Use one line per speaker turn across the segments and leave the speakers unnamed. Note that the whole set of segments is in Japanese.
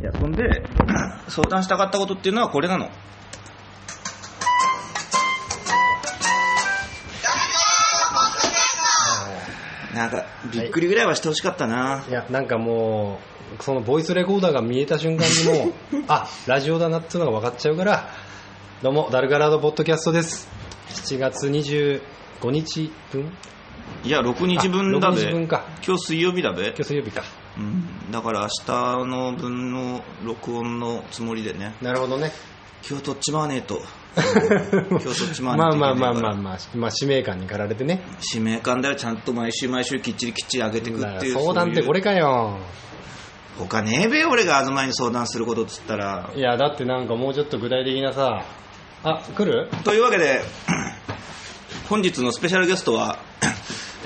いやそん で相談したかったことっていうのはこれなのなんかびっくりぐらいはしてほしかったな、
いやなんかもうそのボイスレコーダーが見えた瞬間にもうあラジオだなっていうのが分かっちゃうからどうもダルガラードポッドキャストです7月25日分
い、や6日分だ
あ6
べ
日分か
今日水曜日だべ
今日水曜日か
うん、だから明日の分の録音のつもりでね
なるほどね
今日とっちまわねえ と今日とっちま
ま
わ
あ
ねえ
ま
と
あ
いけないから
まあまあまあ、まあ、使命感に駆られてね
使命感であるちゃんと毎週毎週きっちりきっちり上げてく
だ
っ
か
て
ら
いう
相談ってこれ
そういう
かよ
他ねえべ俺が東に相談することっつったら
いやだってなんかもうちょっと具体的なさあ来る
というわけで本日のスペシャルゲストは、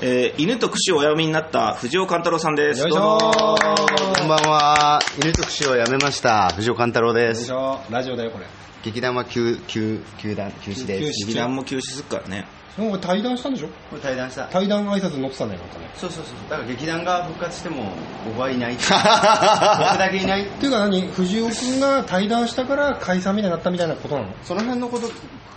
えー犬と串をおやみになった藤尾貫太郎さんです
よいし
どう
ょ
も
こんばんは。犬特集をやめました。藤尾貫太郎
よ
で
いし
す。
ょラジオだよこれ
劇団は休、休、休団、休止で
休
す。
劇団も休止するからね
もう対談したんでしょ
これ対談した。
対談挨拶に載ってたんだよなんかね
そうそうそう。だから劇団が復活しても、僕はいない。僕だけいない。
っていうか何藤尾君が対談したから解散みたいになったみたいなことな
その辺のこと、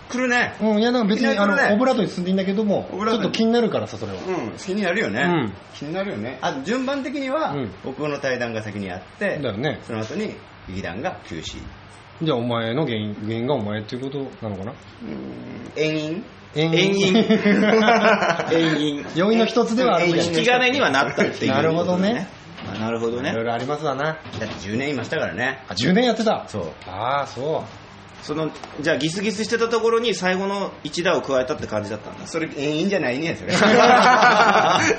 来るね。
のうんいやなんか別に
いや
あの
これね
オブラートに進んでいいんだけども
オ
ち
ブラ
ょ
ー
っ
トに
と気になるからさそれは
うん、気になるよね。
うん
気になるよね。あ、順番的には、
うん
僕の対談が先にあって、
だよね
その後に劇団が休止。
じゃあお前の原因原因がお前っていうことなのかな
遠因
遠
遠因 遠因
要因の一つではある
遠
け
因
ど
引き金にはなったっていう
なるほどね
まあなるほど
いろい
ね
ろありますわな
だって10年いましたからね。
あ10年やってた
そう。
ああそ
そのじゃあギスギスしてたところに最後の一打を加えたって感じだったんだ
それ遠因じゃな いねそれ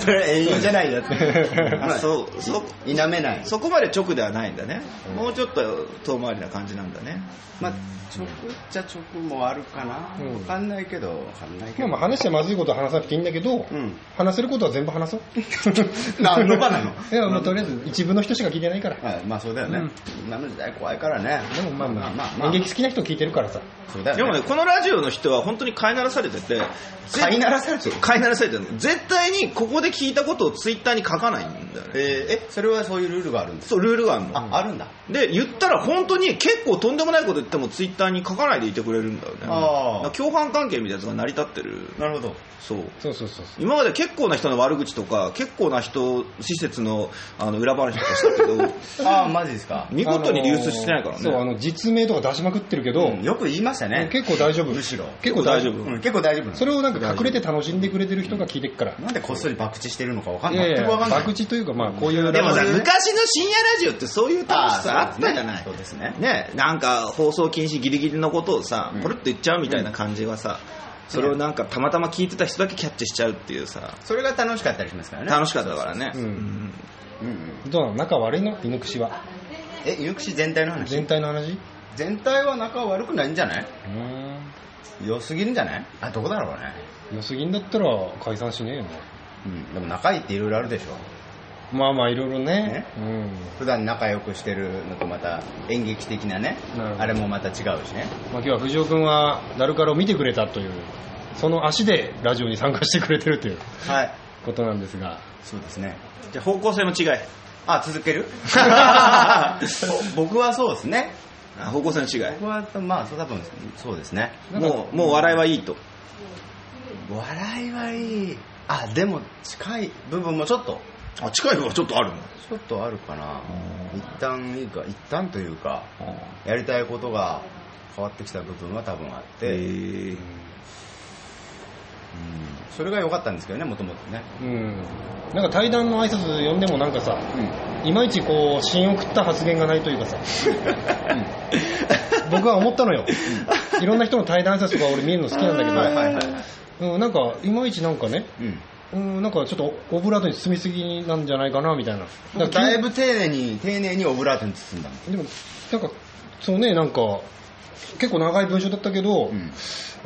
それ遠因じゃないだ って
あそうそ
否めない
そこまで直ではないんだね、もうちょっと遠回りな感じなんだね
まあ直っちゃ直もあるかな
うん
わかんないけどわかんないうけ
まあ
ど
まあ話してまずいことは話さなくていいんだけど、
うん
話せることは全部 話そう
何の場なの
いやもうとりあえず一部の人しか聞いてないから
はいまあそうだよね今の時代怖いからね
でもまあまあ、
まあまあ
演劇好きな人聞いてるからさ
そうだ
で
よ
も
ね
ねこのラジオの人は本当に飼いならされててぜ
飼いならされてる
飼いならされてるの絶対にここで聞いたことをツイッターに書かないんだよね
えーえそれはそういうルールがあるんです
そうルールがあるの
ああるんだ
で言ったら本当に結構とんでもないこと言ってもツイッターに書かないでいてくれるんだよね
あー
だから共犯関係みたいなやつが成り立ってる
なるほど
そう
そうそうそう
今まで結構な人の悪口とか結構な人施設のあの裏話とかしたけ ど
ああマジですか
見事に流出してないからね、
あのーそうあの実名とか出しまくってるけど、
うんよく言いましたね
結構大丈夫
むしろ
結構大丈
結構
夫
大
うん結構大丈夫なの
それをなんか隠れて楽しんでくれてる人が聞いてくから、
なんでこっそり博打してるのかわかん
い
な
や
い
い
全
や
くわかんない
博打というかまあこういう
でもさ
ラジオ
昔の深夜ラジオってそういう楽しさあったじゃない
そうですね
ねなんか放送禁止ギリギリのことをさポロッと言っちゃうみたいな感じはさ、それをなんかたまたま聞いてた人だけキャッチしちゃうっていうさ
それが楽しかったりしますからね
楽しかったからね
うん
ん
うんうん
どうなの仲悪いの犬串は
え、犬串全体の話
全体の話う
全体は仲悪くないんじゃない
ー
良すぎるんじゃないあ、どこだろうね。
ん良すぎんだったら解散しねえよね
うん、でも仲いいっていろいろあるでしょ。
まあまあいろいろね
普段仲良くしてるのとまた演劇的なね
なるほ、ど
あれもまた違うし
う
ね。
ん、まあ、今日は藤尾君はダルカラを見てくれたというその足でラジオに参加してくれてるという
はい。
ことなんですが
そうですね。
じゃあ方向性の違い
あ、続け るお僕はそうですね。
あ方向性の違い
僕は、まあ、そう多分、そうですね。
もうもう笑いはいいと
笑いはいい。あ、でも近い部分もちょっと、
あ近いのはちょっとあるの
ちょっとあるかな。一旦いいか、一旦というか、やりたいことが変わってきた部分は多分あって、うん、
え
それが良かったんですけどねもともとね、
うんなんか対談の挨拶呼んでもなんかさ
うん、
いまいちこう芯を食った発言がないというか さ、僕は思ったのよ、いろんな人の対談者とか俺見るの好きなんだけど、
はいはいはいはい
うん、なんかいまいちなんかね、
うん
うん、なんかちょっとオブラートに包みすぎなんじゃないかなみたいな
だ
だから
いぶ丁寧に丁寧にオブラートに包んだの
でもなんかそうねなんか結構長い文章だったけど、う
うん
ん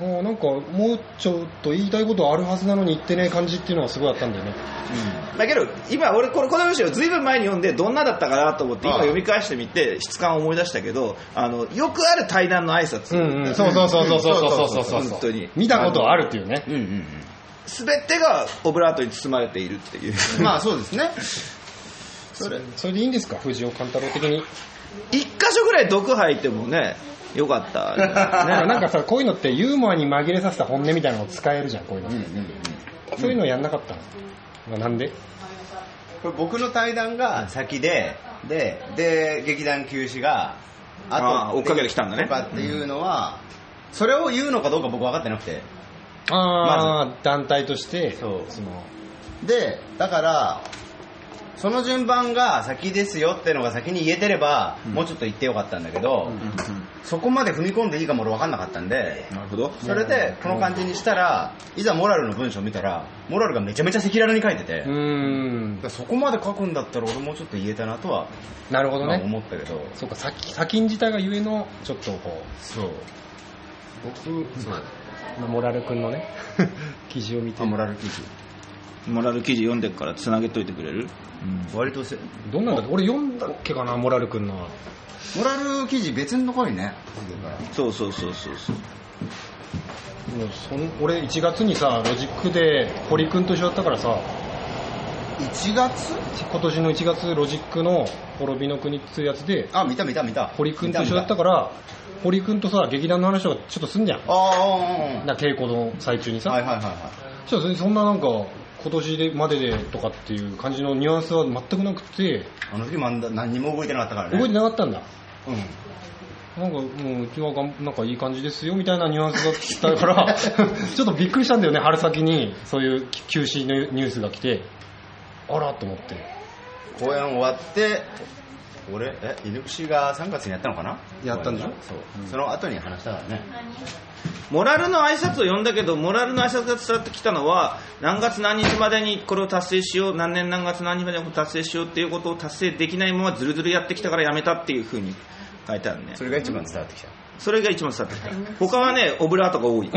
なんかもうちょっと言いたいことあるはずなのに言ってねえ感じっていうのはすごいあったんだよね
だけど今俺これこの文章をずいぶん前に読んでどんなだったかなと思って今
ああ
読み返してみて質感を思い出したけどあのよくある対談の挨拶
うんうんそうそうそうそうそうそうそうそう
本当に
見たことはあるっていうね
うんうん
全てがオブラートに包まれているっていう
うんまあそうですね
それそれでいいんですか藤尾貫太郎的 に
一箇所ぐらい毒吐いてもねよかったじゃない ね
なんかさこういうのってユーモアに紛れさせた本音みたいなのを使えるじゃんこういうの、
うんうんうん
そういうのやんなかったの、なんで
これ僕の対談が先で、で、で、劇団休止が、
あー追っかけてきたんだね
とかっていうのは、それを言うのかどうか僕分かってなくて。
ああ、団体として
そう
その
で、だから、その順番が先ですよってのが先に言えてれば、もうちょっと言ってよかったんだけど、そこまで踏み込んでいいかも俺分かんなかったんで、
なるほど
それでこの感じにしたら、いざモラルの文章見たら、モラルがめちゃめちゃ赤裸々に書いてて、
うーん
だからそこまで書くんだったら俺もうちょっと言えたなとは、
なるほど
まあ
ね、
思ったけど、
そうか先先んじたがゆえのちょっとこ
そう。僕、そう。
うモラル君のね 記事を見て
あモラル記事。
モラル記事読んでっからつなげといてくれる
割とせ、
どんなんだっけ俺読んだっけかなモラル君の
モラル記事別のとこにね、
そうそうそうそうそう
もうそん俺1月にさロジックで堀君と一緒だったからさ
1月
今年の1月ロジックの「滅びの国」っていうやつで
あ、見た見た見た。
堀君と一緒だった
ら。
から堀君とさ劇団の話とかちょっとすんじゃん
ああ、あ
な稽古の最中に
あ、
さ、
はいはいはいはい。
そしたらそんななんか今年でまででとかっていう感じのニュアンスは全くなくて
あの時まだ何も動いてなかったからね。
動いてなかったんだ
うん。
なんかもううちはがんなんかいい感じですよみたいなニュアンスだったから ちょっとびっくりしたんだよね春先にそういう休止のニュースが来てあらと思って
公演終わって、俺、え、犬串が3月にやったのかな
やったんでしょ
そう。その後に話したからね。
モラルの挨拶を読んだけどモラルの挨拶が伝わってきたのは何月何日までにこれを達成しよう何年何月何日までにこれを達成しようっていうことを達成できないままずるずるやってきたからやめたっていうふうに書いてあるね
それが一番伝わってきた。
それが一番伝わってきた他はねオブラートが 多い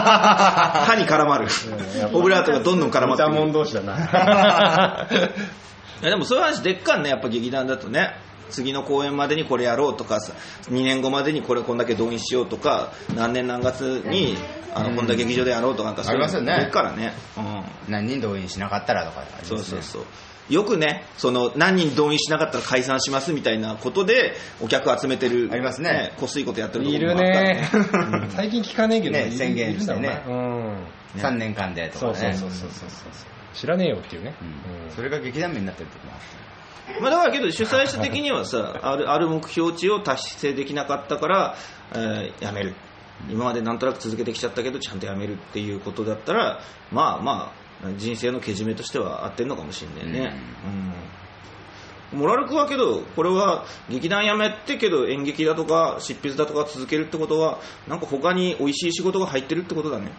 歯に絡まるオブラートがどんどん絡まってくる
同士だ な
いやでもそういう話でっかんねやっぱ劇団だとね次の公演までにこれやろうとかさ2年後までにこれこんだけ動員しようとか何年何月にあのこんだけ劇場でやろうとかなんかそういう
ありますよね
でっからね、うん、
何人動員しなかったらとかありますね。
そうそうそうよくねその何人動員しなかったら解散しますみたいなことでお客集めてる
ありますね
こすいことやってるとこ
い
ろもあ
る
ったんで
ね最近聞かねえけど
ね
いる
宣言してね
いるんだろうなうん
ね
3年間でとか
そう
ね。
そうそうそうそう知らねえよっていうね、
うん
うん
それが劇団名になってるってことなんですね
まあ、だからけど主催者的にはさあるある目標値を達成できなかったから、えーやめる今までなんとなく続けてきちゃったけどちゃんとやめるっていうことだったらまあまあ人生のけじめとしては合ってんのかもしれないね、うんモラルクはけどこれは劇団やめてけど演劇だとか執筆だとか続けるってことはなんか他に美味しい仕事が入ってるってことだね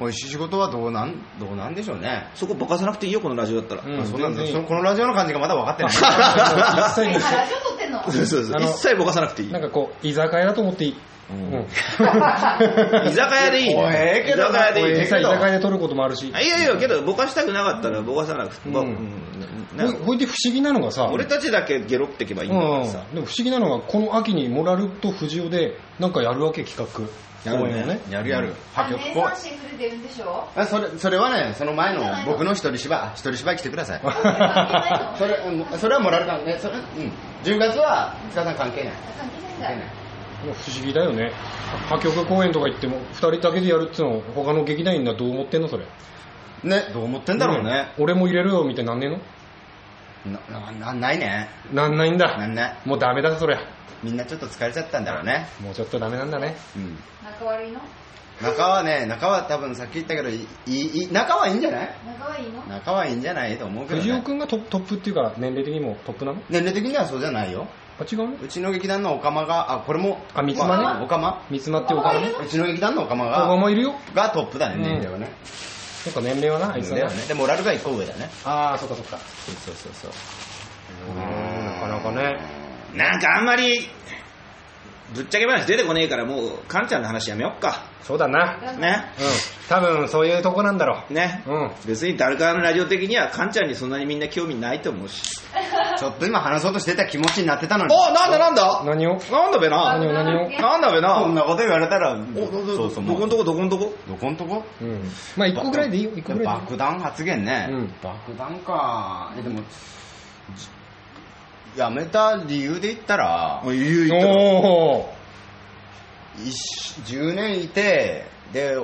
おい仕事はどうなん、どうなんでしょうね。
そこばかさなくていいよこのラジオだったら、
うん
あそんな
全然いい
そのこのラジオの感じがまだ分かってない。
あの実
今
際
ラジオ撮ってんの
そうそうそう
あの
一切ぼかさなくていい
になんかこう居酒屋だと思っていい、うん、
居酒屋でいい、
おいええけど
居酒屋でいい
おいええ
実際
けど
居酒屋で撮ることもあるし
あいやいやけどぼかしたくなかったらぼかさなくて、
うん
ぼうんな
ほいほいで不思議なのがさ
俺たちだけゲロってけばいいんだからさ、
うん、でも不思議なのがこの秋にモラルと藤尾でなんかやるわけ企画
やるね
公演をね
やるやる。破
三
局
年
こ
三シングルで出るんでしょ
あそれそれはね、その前の僕の一人芝居、一人芝居来てください。
関係ないの
それうんそれはもらえるかもね。それうん、10月は塚さん関係ない。
関係ない
関
ん
係な
だ
い
もう 不思議だよね破局公演とか行っても2人だけでやるっつうの他の劇団員はどう思ってんのそれ
ね、どう思ってんだろうね。
俺も入れるよみたいになんねえの
なななないね。
なんないんだ
なんない。
もうダメだそりゃ
みんなちょっと疲れちゃったんだろうね。
もうちょっとダメなんだね
うん。
仲悪いの
中はね、中は多分さっき言ったけど、いいい中はいいんじゃない
仲悪いの
中はいいんじゃないと思うけど、
藤尾
ね。
くんがトトップっていうか年齢的にもトップなの
年齢的にはそうじゃないよ。
あ違うの
うちの劇団のオカマが、あ、これも、
あ三つ間ね
あオカマ
三つ間ってお金ね
うちの劇団のオカマ
お金
が、
もいるよ
がトップだ
うん
ね、年齢はね。
そっか年齢はなあいつは
だよ
な
ね。で、モラルが一個上だね。
ああそっかそっか
そうそうそうそう。
なかなかね
なんかあんまりぶっちゃけ話出てこねえからもうカンちゃんの話やめよっか
そうだな
ね
うん多分そういうとこなんだろ
ね、
ううん
別にダルカーのラジオ的にはカンちゃんにそんなにみんな興味ないと思うし
ちょっと今話そうとしてた気持ちになってたのに。
おなんだなんだ
何を
なんだべな
何を何を
なんだべ
そん
な
なこと言われたら、
おどど
そうそう、
どこんとこどこんとこ
どこんとこ
うんまあ一個ぐらいでいいよ一個ぐらいでいいよ
爆弾発言ね。
うん
爆弾か。え、でも、じやめた理由で言ったら
もう言う言ったら
おお
一緒10年いてで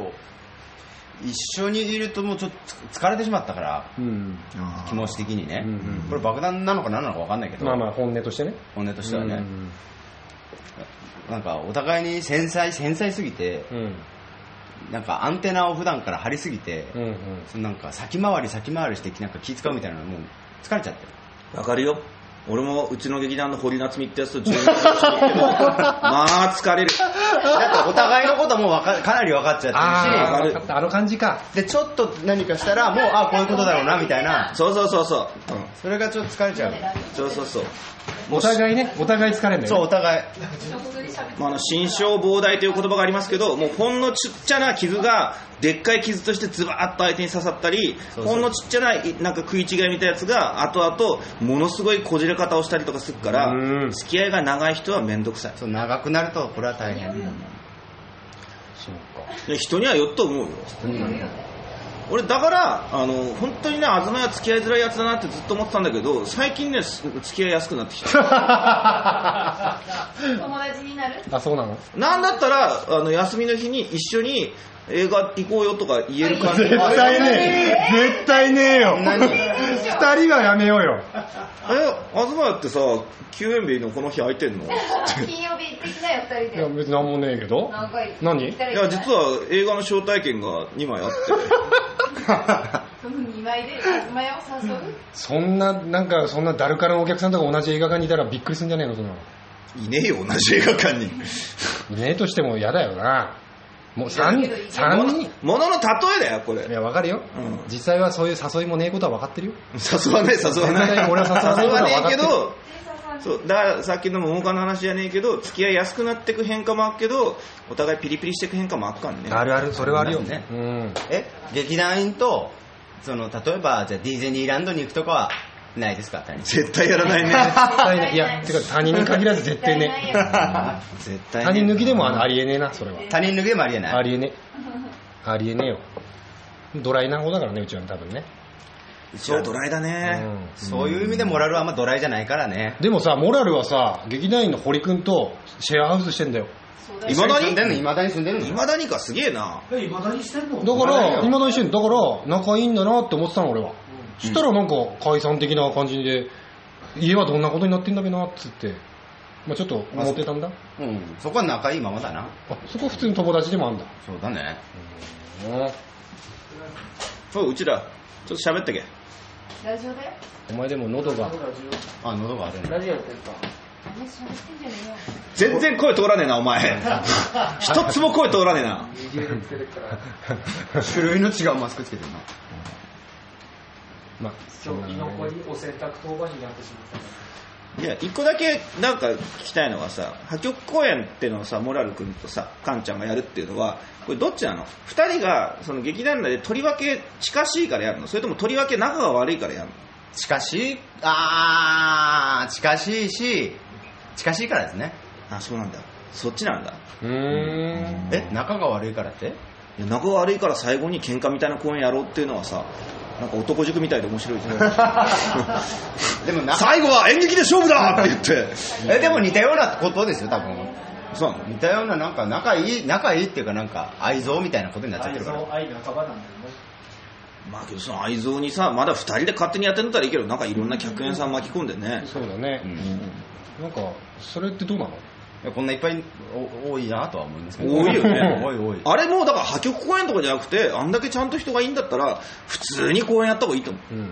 一緒にいるともうちょっと疲れてしまったから
うん
あー
気持ち的にね、
うんうんうん
これ爆弾なのか何なのか分かんないけど、
まあまあ本音としてね
本音としてはね、
うん
なんかお互いに繊細繊細すぎて
うん
なんかアンテナを普段から張りすぎて、
うんうん
そのなんか先回り先回りしてなんか気使うみたいなのもう疲れちゃってる
わかるよ。俺もうちの劇団の堀夏美ってやつと10年 間一緒にいてもまあ疲れる。
だってお互いのこともわかかなり分かっちゃ
あ
っ
あ
わかる
分かったあの感じか
てるしでちょっと何かしたらもうあこういうことだろうなみたいな
そうそうそうそう。うん
それがちょっと疲れちゃう
そうそうそう。
お互いねお互い疲れんだ
そう
よ
お
ね
互い
まあ、あの心象膨大という言葉がありますけどもうほんのちっちゃな傷がでっかい傷としてズバーッと相手に刺さったり
そうそう
ほんのちっちゃないなんか食い違いみたいなやつが後々ものすごいこじれ方をしたりとかするから
うん
付き合いが長い人は面倒くさい
そう長くなるとこれは大変
そうか
いや人にはよっと思うよ俺だからあの本当にね東屋は付き合いづらいやつだなってずっと思ってたんだけど最近ねす付き合いやすくなってきた
友達になる
あそうなの
なんだったらあの休みの日に一緒に映画行こうよとか言える 感じ
絶対ねえ絶対ねえよ
何
二人はやめようよ
え、東屋ってさ、休園日のこの日空いてんのいや、
金曜日行ってきたよ二
いや
人で
別に何もねえけど
何回
何
実は映画の招待券が2枚あって。
2枚で1枚を誘う
そんななんかそんなダルカルのお客さんとか同じ映画館にいたらびっくりするんじゃねえのそんなの
いねえよ、同じ映画館に。
ねえとしても嫌だよなもう三
いやいや
三人
ものの例えだよ、こ
い
れ。
やわかるよ、
うん
実際はそういう誘いもねえことは分かってるよ
誘わねえ、誘わ
絶
ね
対
え。
俺は誘わない
誘わねえけ
こと
ど、そう、だからさっきの桃花の話じゃねえけど、付き合いやすくなってく変化もあっけど、お互いピリピリしてく変化もあっかんね。
るあるそれはあるよ
ね
うん
え劇団員とその例えばじゃあディズニーランドに行くとかはないですか谷さん
絶対やらないね。
絶対ねいやてか他人に限らず絶対ね
絶対
他
ね
人抜きでもあのありえねえなそれは
他人抜きでもありえな
あ
い
りえねえありえねえよドライな方だからねうちは多分ね、
そう、ドライだね。
そういう意味でモラルはあんまドライじゃないからね
うんでもさモラルはさ劇団員の堀君とシェアハウスしてんだよ
いまだ
一緒住ん
に
でんのいまだに住んでんの
いまだにかすげえな。
え、いまだにしてんの
だから今の一緒にだから仲いいんだなって思ってたの俺は、そしたらなんか解散的な感じで家はどんなことになってんだべなっつって、まあ、ちょっと思ってたんだ
うんそこは仲いいままだな
あそこ普通に友達でもあんだ
そうだね
そう、うちら、ちょっと喋ってけ。
ラジオだよ
お前でも喉が
あ喉があるね
ラジオやってるか。
お前喋ってんじゃねえよ
全然声通らねえな、お 前。一つも声通らねえな。
右腕つけてるから。
種類の違うマスクつけてるな
まあそん
今
な
日、居
の
残
ね
りお洗濯当番になってしまったか
いや、一個だけなんか聞きたいのがさ、破局公演ってのをさ、モラル君とさ、カンちゃんがやるっていうのは、これどっちなの二人がその劇団内でとりわけ近しいからやるのそれともとりわけ仲が悪いからやるの
近しいあー近しいし近しいからですね
あ、そうなんだ。そっちなんだ。
うーん
え仲が悪いからって
いや仲が悪いから最後に喧嘩みたいな公演やろうっていうのはさ、なんか男塾みたいで面白いじゃん。
でもな
最後は演劇で勝負だって言って。
えでも似たようなことですよ多分
そうなの
似たようななんか仲いい仲いいっていうかなんか愛憎みたいなことになっちゃっ
ら。
て
愛
るから
想愛半ばなんだよね。
まあけどその愛憎にさ、まだ二人で勝手にやってんだったらいいけど、なんかいろんな客演さん巻き込んでね。
そうだね、なんかそれってどうなの
いやこんないっぱいお多いなとは思いますけど
多いよね
多い多い
あれもうだから破局公演とかじゃなくて、あんだけちゃんと人がいいんだったら、普通に公演やった方がいいと思
うん
う。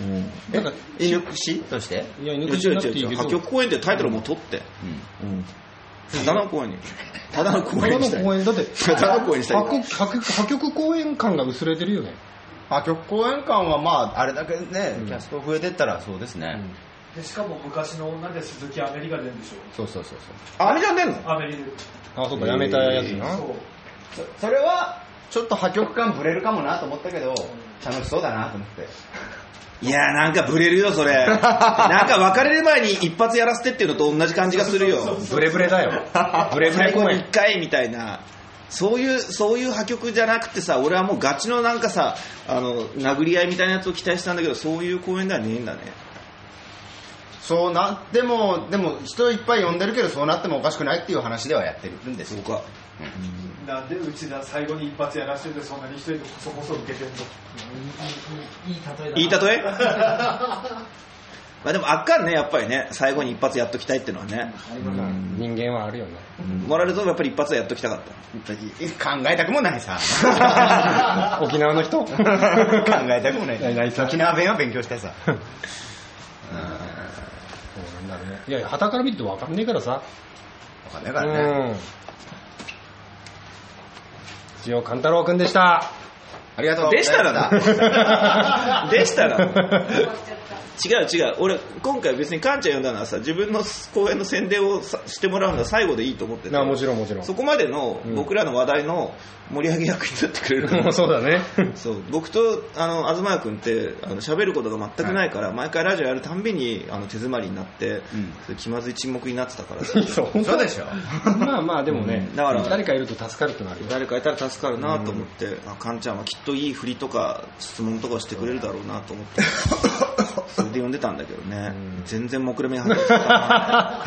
うん。
なんか
犬串として
いや
違う
犬口
違う
になっていい
違
け
う。
ど
破局公演ってタイトルもう取って。うん。ただの公演に。ただの公
た
演
だ
にした
の公
い。
演だって
ただの公演にした
破
い。
局破局破局公演感が薄れてるよね
あ曲公演館はまああれだけね、キャスト増えてったらそうですね、
で、しかも昔の女で鈴木アメリが出るんでし
そうそうそうそ
あれじゃねえの
ょ。アメリで。
あそうかやめたやつな、
そう。
うそそれはちょっと破局感ブレるかもなと思ったけど楽しそうだなと思って
いやーなんかブレるよ、そ れ。なんか別れる前に一発やらせてっていうのと同じ感じがするよ。
ブレブレだよブレブ
最
レ
後
公
に
演
1回みたいなそういうそういう破局じゃなくてさ俺はもうガチのなんかさあの殴り合いみたいなやつを期待したんだけどそういう公演ではねえんだね
そうなっても、でも人いっぱい呼んでるけど、そうなってもおかしくないっていう話ではやってるんです
そう
よ。
か
なんでうちだ最後に一発やらしててそんなに一人でこそこそ受けてんの
いい例えだ
いい例えまあでもあかんねやっぱりね最後に一発やっときたいってのはね
人間はあるよね。
モラルとやっぱり一発はやっときたかった
考えたくもないさ。
沖縄 の人
考えたくも
な
な
い
い。
ないさ
沖縄弁は勉強したいさ。
そうなんだね。いやいや、旗から見ると分かんねえからさ。
わかんないから
う
ね。
ん。一応、勘太郎くんでした。
ありがとう。
でしたらな でしたらな
終わっちゃった。
違う違う俺今回別にカンちゃん呼んだのはさ自分の公演の宣伝をさしてもらうのは最後でいいと思ってて
なもちろんもちろん。
そこまでの
うん
僕らの話題の盛り上げ役になってくれるか
も
ら
う そうだね。
そう僕とあの東谷君ってあの喋ることが全くないから、毎回ラジオやるたんびにあの手詰まりになって、
うん
それ気まずい沈黙になってたからさ
そう、本
そう
当
でしょ。
まあまあ、でもね、
うんだから
誰かいると助かるって なるよ。
誰かいたら助かるなと思って、あカンちゃんはきっといい振りとか質問とかをしてくれるだろうなと思って それで呼んでたんだけどね、
うん
全然もくれめに話してた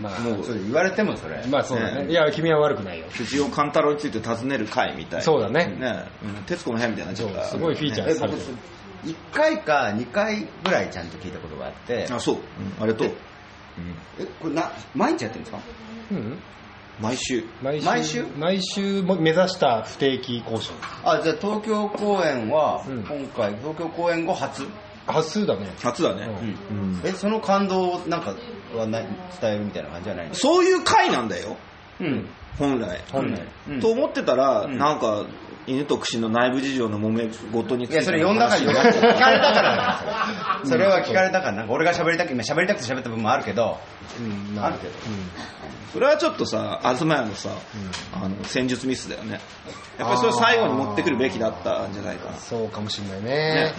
まあ、
もう、それ言われてもそれ。
まあそうだ
ね
ね。いや、君は悪くないよ。
藤尾勘太郎について尋ねる回みたいな
そうだね
ね、うん、徹子の部屋みたいな
そうすごいフィーチャ
ね
ーされてる。
1回か2回ぐらいちゃんと聞いたことがあって、
あそう、うんありがとう
え、これな、毎日やってるんですか
うん
毎週
毎週
毎週
毎週も目指した不定期更新。
あ、じゃあ東京公演は、
うん
今回、東京公演後初、
発数だね。
初だね、
うん
うん
え、その感動をなんかはな伝えるみたいな感じじゃないの
そういう回なんだよ
うん。
本来
本来。
うん
と思ってたら、
うん
なんか犬と串の内部事情の揉め事につい
い
て
や、それ呼んだから
話
聞
を
かれたからなんですよそれは聞かれたから、なんか俺が喋りたく、今喋りたくて喋った部分もあるけど、
うん
あるけど。
それはちょっとさ東屋のさ、あの戦術ミスだよねやっぱりそれを最後に持ってくるべきだったんじゃないかな
そうかもしれないね。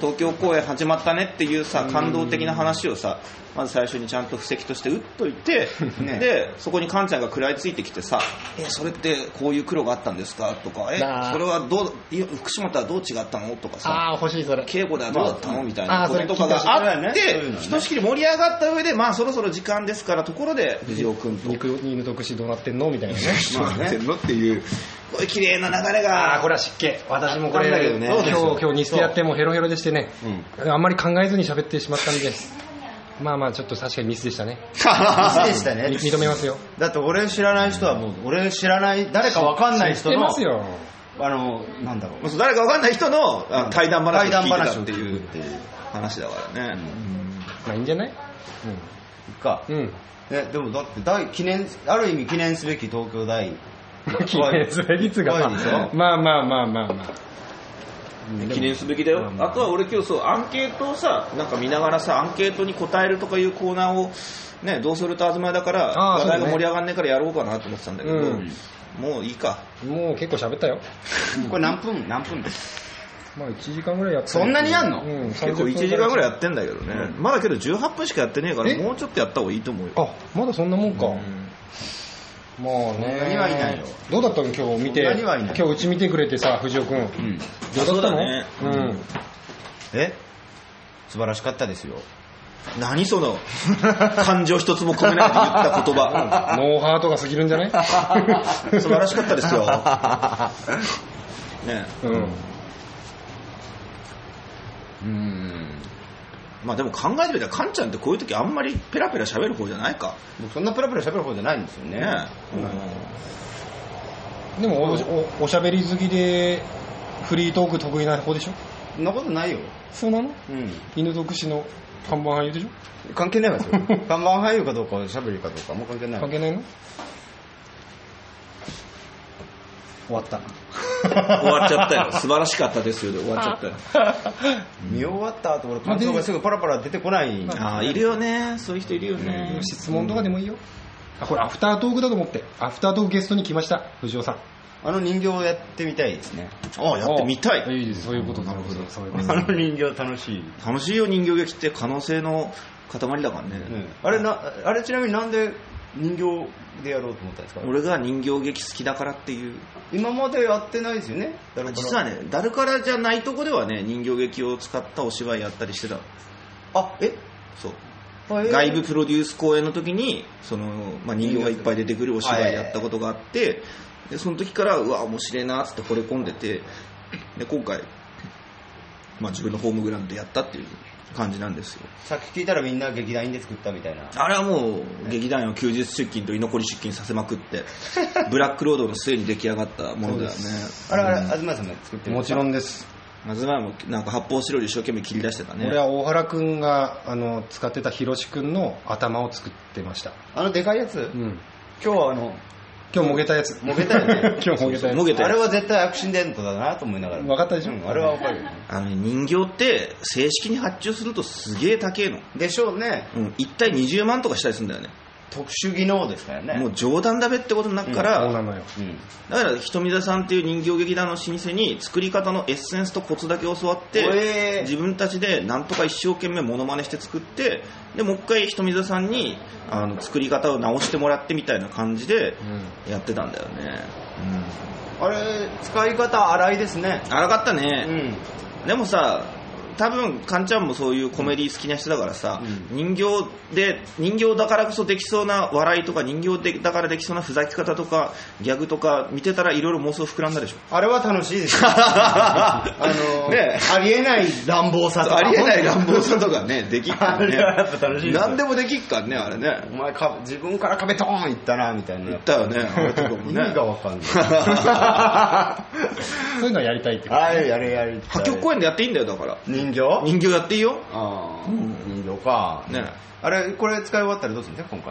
東京公演始まったねっていうさ感動的な話をさまず最初にちゃんと布石として打っといて、
ね
でそこにカンちゃんが食らいついてきてさ「えそれってこういう苦労があったんですか?」とか「え
なあ
それはどういや福島とはどう違ったの?」とかさ
ああ、欲しいそれ。
稽古ではどうだったのみたいな
あー
こととか
それ聞いた
があっ
それはねそうい
て
うのはね
ひとしきり盛り上がった上でまあそろそろ時間ですからところで藤尾君と
肉に犬と串どうなってんのみたいなね。
まあね、のっていう、こういう綺麗な流れ
ああ、
が、
これは湿気。私もこ
あったんだけ
れ、
どね
今日、今日にしてやってもうヘロヘロでしてね、あんまり考えずに喋ってしまったんで、まあまあちょっと確かにミスでしたね。
ミスでしたね。
み認めますよ。
だって俺知らない人はもう、俺知らない、誰かわかんない
知っ
人
て
の、
ますよ。
あの、なんだろ
もう
う。
そう誰かわかんない人のあ対談話を聞いてたって
対談話を聞
い
いて
う
たっていう
話だからね。
まあいいんじゃない
か。
うん。うん。
え、でもだって大、記念、ある意味記念すべき東京大、
記念すべきつうか
怖いでしょ
まあまあまあまあまあ。
記念すべきだよ。あとは俺今日そう、アンケートをさ、なんか見ながらさ、アンケートに答えるとかいうコーナーを、ね、どうすると東だから、
あー
話題が
そうね
盛り上がんねえからやろうかなと思ってたんだけど、
うん
もういいか。
もう結構喋ったよ。
これ何分何分です
まあ1時間ぐらいやった
そんなにやんの
うん、
結構1時間ぐらいや
っ
ってんだけどね。まだけど18分しかやってねえから、
え
もうちょっとやった方がいいと思うよ。
あ、まだそんなもんか。まあね。
そんなにはいないよ
どうだったの今日見て。
そんなにはいない
今日うち見てくれてさ、藤尾くん。
うん。
どうだったの
そうだね
え素晴らしかったですよ。
何その、感情一つも込めないで言った言葉。
うん。ノーハートが過ぎるん じゃない
素晴らしかった ですよ。ねえ、
うん。
うん。
まあでも考えてみたら、カンちゃんってこういう時あんまりペラペラ喋る方じゃないか。
僕そんなプラプラ喋る方じゃないんですよね。
ねえ、
でもおおおしゃべり好きで、フリートーク得意な方でしょ
そんなことないよ。
そうなの
うん。
犬独自の看板俳優でしょ
関係ないわよ。看板俳優かどうか、喋るかどうかも関係ないわ
関係ないの終わった。
終わっちゃったよ。素晴らしかったですよで終わっちゃったよ。
見終わった後、俺感想がすぐパラパラ出てこない。
ああ、いるよね。そういう人いるよね。
質問とかでもいいよ。あ、これアフタートークだと思って。アフタートークゲストに来ました。藤尾さん。
あの人形をやってみたいですね。
ああ、やってみた
あ
い。
いいです。そういうこと、なるほど。そういうこと。
あの人形楽しい。
楽しいよ、人形劇って可能性の塊だからね。
あれな、あれちなみになんで人形でやろうと思ったんですか
俺が人形劇好きだからっていう。
今までやってないですよね。だから
実は。ね、ダルカラじゃないとこではね、人形劇を使ったお芝居やったりしてた。
あ、え
そう
あえー
外部プロデュース公演の時にその、まあ、人形がいっぱい出てくるお芝居やったことがあってでその時からうわ面白いなっつって惚れ込んでてで今回、まあ、自分のホームグラウンドでやったっていう感じなんですよ
さっき聞いたらみんな劇団員で作ったみたいな
あれはもう劇団員を休日出勤と居残り出勤させまくってブラック労働の末に出来上がったものだよね
あれあれ東さんが作ってる
もちろ
ん
んです、
まず前もなんか発泡スチロール一生懸命切り出してたね
俺は大原くんがあの使ってたひろしくんの頭を作ってました、
あのでかいやつ
うん、
今日はあの
今日もげたやつ
もげたよ ね
今日もげたやつ
もげ
あれは絶対アクシデントだなと思いながら
分かったでしょ
うんあれは分かるよね
あの人形って正式に発注するとすげえ高えの、
でしょうね
うん、1体20万とかしたりするんだよね
特殊技能ですからね
もう冗談だべってことになるから、
そうなのよ
うん
だから瞳座さんっていう人形劇団の老舗に作り方のエッセンスとコツだけ教わって
えー
自分たちでなんとか一生懸命モノマネして作ってでもう一回瞳座さんにあの作り方を直してもらってみたいな感じでやってたんだよね、
あれ使い方荒いですね
荒かった
う
ね、
ん
でもさ多分カンちゃんもそういうコメディ好きな人だからさ、人形で人形だからこそできそうな笑いとか人形でだからできそうなふざけ方とかギャグとか見てたらいろいろ妄想膨らんだでしょ
あれは楽しい ですよあの
ね
ありえない乱暴さとか
ありえない乱暴さとかねできっか
あれはや
ら
っぱ楽しい
ね
ですよ
何でもできっからねあれね
お前か自分から壁ドーンいったなみたいな
言ったよねあれとかもね
意味が分かん ない
そういうのはやりたいってこと
あれやれやれ
破局公演でやっていいんだよだから
人形
人形やっていいよ
ああ、人形か
ね
あれこれ使い終わったらどうするんですか今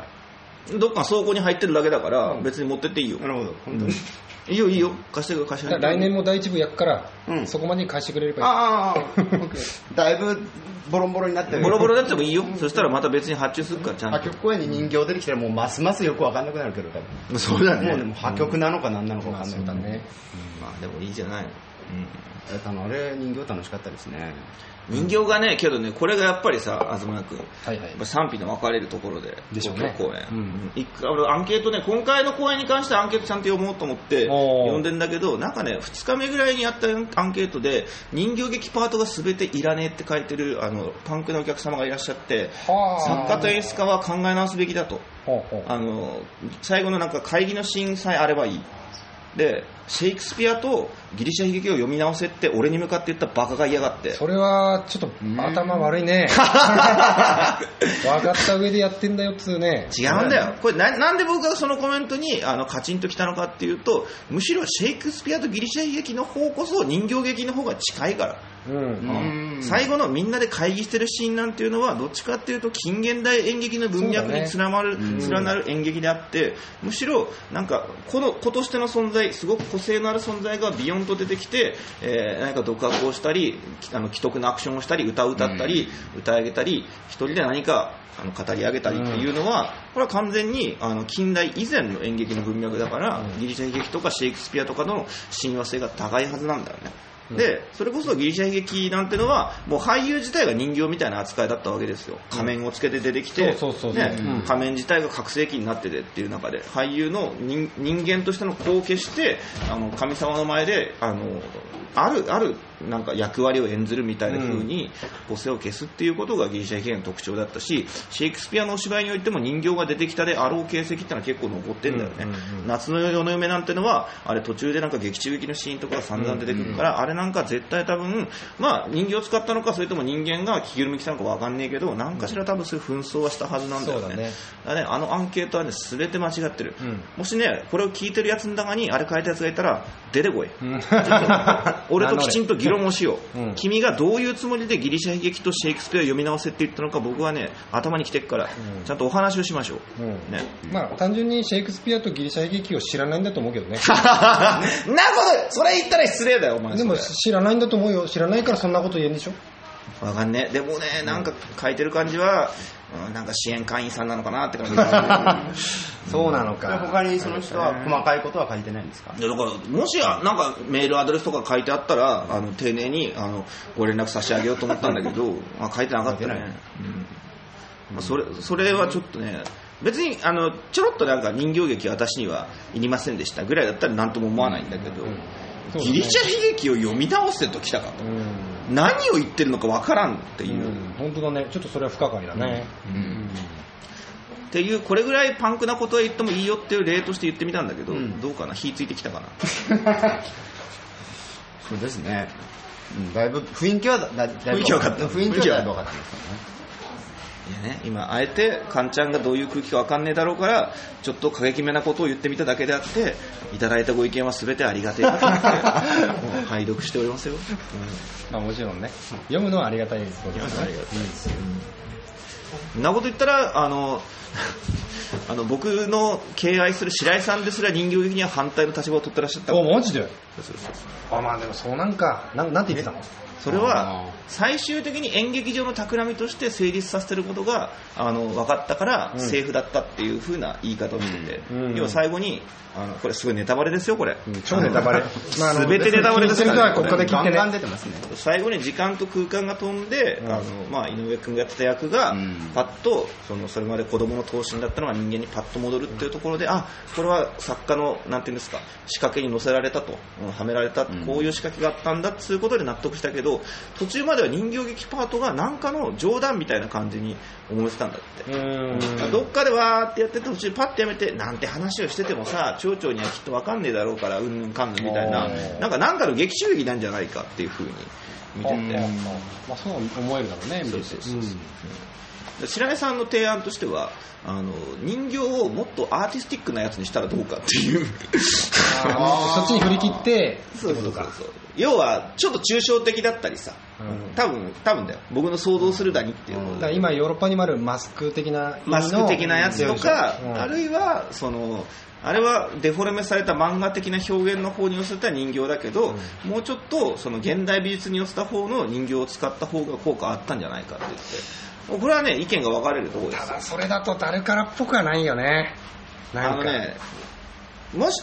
回
どっか倉庫に入ってるだけだから別に持ってっていいよ
なるほど本当に、
いいよいいよ貸してくれ貸し
だ
て
か
く
ら
れ
来年も第一部やっから、
うん
そこまでに貸してくれればいい
ああだいぶボロンボロになってる
ボロボロだってもいいよそしたらまた別に発注するからちゃ
破
ん
局公演に人形出てきたらもうますますよく分かんなくなるけど多分
とそうだ
もうでも破局なのか何なのか分
ま
か
あ
んない、
そうだね
まあでもいいじゃないの
あのあれ人形楽しかったですね
人形がねけどねこれがやっぱりさ東君
はいはい
やっぱ賛否の分かれるところで、
でしょうね
公演、
うん
いくあのアンケートね、今回の公演に関してはアンケートちゃんと読もうと思って
おー
読んでんだけど、なんかね、2日目ぐらいにやったアンケートで、人形劇パートが全ていらねえって書いてるあのパンクのお客様がいらっしゃって、
は
作家と演出家は考え直すべきだと、
ほうほう
あの最後のなんか会議のシーンさえあればいい。でシェイクスピアとギリシャ悲劇を読み直せって俺に向かって言ったバカが嫌がって
それはちょっと頭悪いね 分かった上でやってんだよっつうね
違うんだよ。これな、なんで僕がそのコメントにあのカチンときたのかっていうと、むしろシェイクスピアとギリシャ悲劇の方こそ人形劇の方が近いから。
うん
最後のみんなで会議してるシーンなんていうのは、どっちかっていうと近現代演劇の文脈に
そ
連なる、連なる演劇であって、むしろなんか、この子としての存在、すごく個性のある存在がビヨンと出てきて、えー何か独白をしたり、きあの既得なアクションをしたり、歌を歌ったり、歌い上げたり、一人で何かあの語り上げたりっていうのは、これは完全にあの近代以前の演劇の文脈だから、ギリシャ悲劇とかシェイクスピアとかの親和性が高いはずなんだよね。でそれこそギリシャ悲劇なんてのはもう俳優自体が人形みたいな扱いだったわけですよ仮面をつけて出てきて
そうそうそうそう
ね
うん
仮面自体が拡声器になっててっていう中で俳優の人人間としての子を消してあの神様の前であのあるあるなんか役割を演ずるみたいな風に個性を消すっていうことがギリシャ悲劇の特徴だったしシェイクスピアのお芝居においても人形が出てきたであろう形跡ってのは結構残ってんだよね、夏の夜の夢なんてのはあれ途中でなんか劇中劇のシーンとかが散々出てくるから、あれなんか絶対多分まあ人形を使ったのかそれとも人間が着ぐるみ着たのかわかんねえけど何かしら多分そういう紛争はしたはずなんだよね
そうだね
だからねあのアンケートはね全て間違ってる、
ん
もしねこれを聞いてるやつの中にあれ書いたやつがいたら出てこい、
うん
俺ときちんと議論をしよ う、
うん
君がどういうつもりでギリシャ悲劇とシェイクスピアを読み直せって言ったのか僕はね頭にきてるから、ちゃんとお話をしましょう、
うん
ね
まあ単純にシェイクスピアとギリシャ悲劇を知らないんだと思うけどね
なことそれ言ったら失礼だよお前
でも
それ
知らないんだと思うよ知らないからそんなこと言えんでしょ
わかんねえでもねなんか書いてる感じは、うんなんか支援会員さんなのかなって感じが する
そうなの
で他にその人は細かいことは書いてないんですか
いやだからもしやなんかメールアドレスとか書いてあったらあの丁寧にあのご連絡差し上げようと思ったんだけどまあ書いてなかった
書いてない
ね、うんまあ、それそれはちょっとね別にあのちょろっとなんか人形劇は私にはいりませんでしたぐらいだったら何とも思わないんだけど、
そうだね
ギリシャ悲劇を読み直せときたかと
うん
何を言ってるのかわからんっていう、
うん本当だねちょっとそれは不可解だね、
っていうこれぐらいパンクなことは言ってもいいよっていう例として言ってみたんだけど、
うん
どうかな火ついてきたかな
そうですね。うんだいぶ雰囲気はだだだい
雰
ぶ
囲気は分かった
雰囲気はだいぶ分かったですよね。
いやね、今、あえて、カンちゃんがどういう空気かわかんねえだろうから、ちょっと過激めなことを言ってみただけであって、いただいたご意見は全てありがてえと思ってもう拝読しておりますよ。
まあもちろんね読むのはありがたいですけど
ありがたいです。そんなこと言ったら、あの、あの僕の敬愛する白井さんですら人形劇には反対の立場を取ってらっしゃった
おマジで
そうそうそう
あまあでもそうなんかなんなんて言ってたの
それ
あー
は最終的に演劇上の企みとして成立させてることがあの分かったからセーフだったっていう風な言い方をしてて、
うんうん
要は最後にあのこれすごいネタバレですよこれ、
超ネタバレまああ の
全てネタバレですからね
聞いてる人はここで聞
ガ
いて
ン
ね
ガン出てますね。
最後に時間と空間が飛んで、
うん
あのまあ、井上君がやってた役が、
うん
パッとそのそれまで子供の闘身だったのが人間にパッと戻るっていうところで、あこれは作家のなんていうんですか仕掛けに乗せられたと、うんはめられた、
ん
こういう仕掛けがあったんだっていうことで納得したけど途中までは人形劇パートがなんかの冗談みたいな感じに思ってたんだって。
うん
どっかでわーってやってて途中パッてやめてなんて話をしててもさ町長にはきっと分かんねえだろうからうんぬんかんぬんみたいな
おー
なんかなんかの劇中劇なんじゃないかっていう風に見て
うん
て
まあそう思えるだろうね見てて
そうそうそうで白根さんの提案としてはあの人形をもっとアーティスティックなやつにしたらどうかっていう
あーそっちに振り切って
そうそうそうそう要はちょっと抽象的だったりさ、
うん
多分多分だよ僕の想像するだにっていう、
だから今ヨーロッパにもあるマスク的な意味の
マスク的なやつとか、
うん
あるいはそのあれはデフォルメされた漫画的な表現の方に寄せた人形だけど、もうちょっとその現代美術に寄せた方の人形を使った方が効果あったんじゃないかって言ってもうこれはね意見が分かれるところです
ただそれだと誰からっぽくはないよねな
あ
ん
の
か
ねもし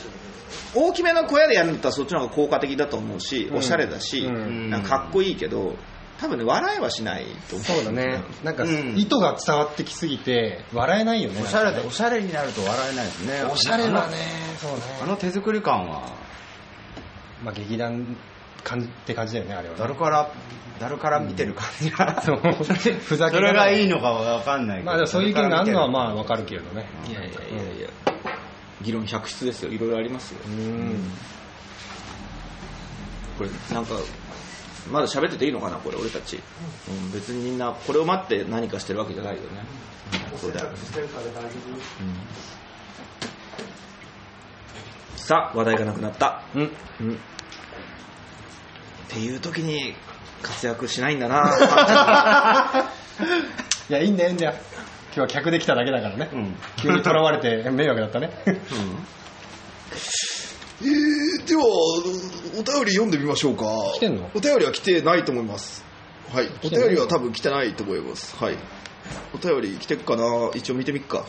大きめの小屋でやるんだったらそっちの方が効果的だと思うし、
うん
おしゃれだし、
うん
なんかかっこいいけど多分ね笑いはしないと思う
そうだねなんか
うん
意図が伝わってきすぎて笑えないよね
おしゃれだおしゃれになると笑えないですね。
おしゃれだねそう
あの。あ
ね
の手作り感は
まあ劇団感じって感じだよねあれはね
誰から誰から見てる感じが。
そう ふざけ
そ
な
れ
がら
がいいのかは分かんないけど。
まあでもそういう意見があるのはま
あ。
あわかるけれどね
いやいやいやいや議論百出ですよいろいろありますよ
うん
これなんかまだ喋ってていいのかなこれ俺たち、うん、別にみんなこれを待って何かしてるわけじゃないよね、うんそうだよね
してるから大丈夫
さあ話題がなくなった、
うん
うん、っていう時に活躍しないんだな
いやいいんだよいいんだよ今日は客で来ただけだからね
うん。
急に囚われて迷惑だったね
えー、ではお便り読んでみましょうか
来てんの
お便りは来てないと思いますはい
てないお便りは
多分来てないと思いますはいお便り来てっかな一応見てみっか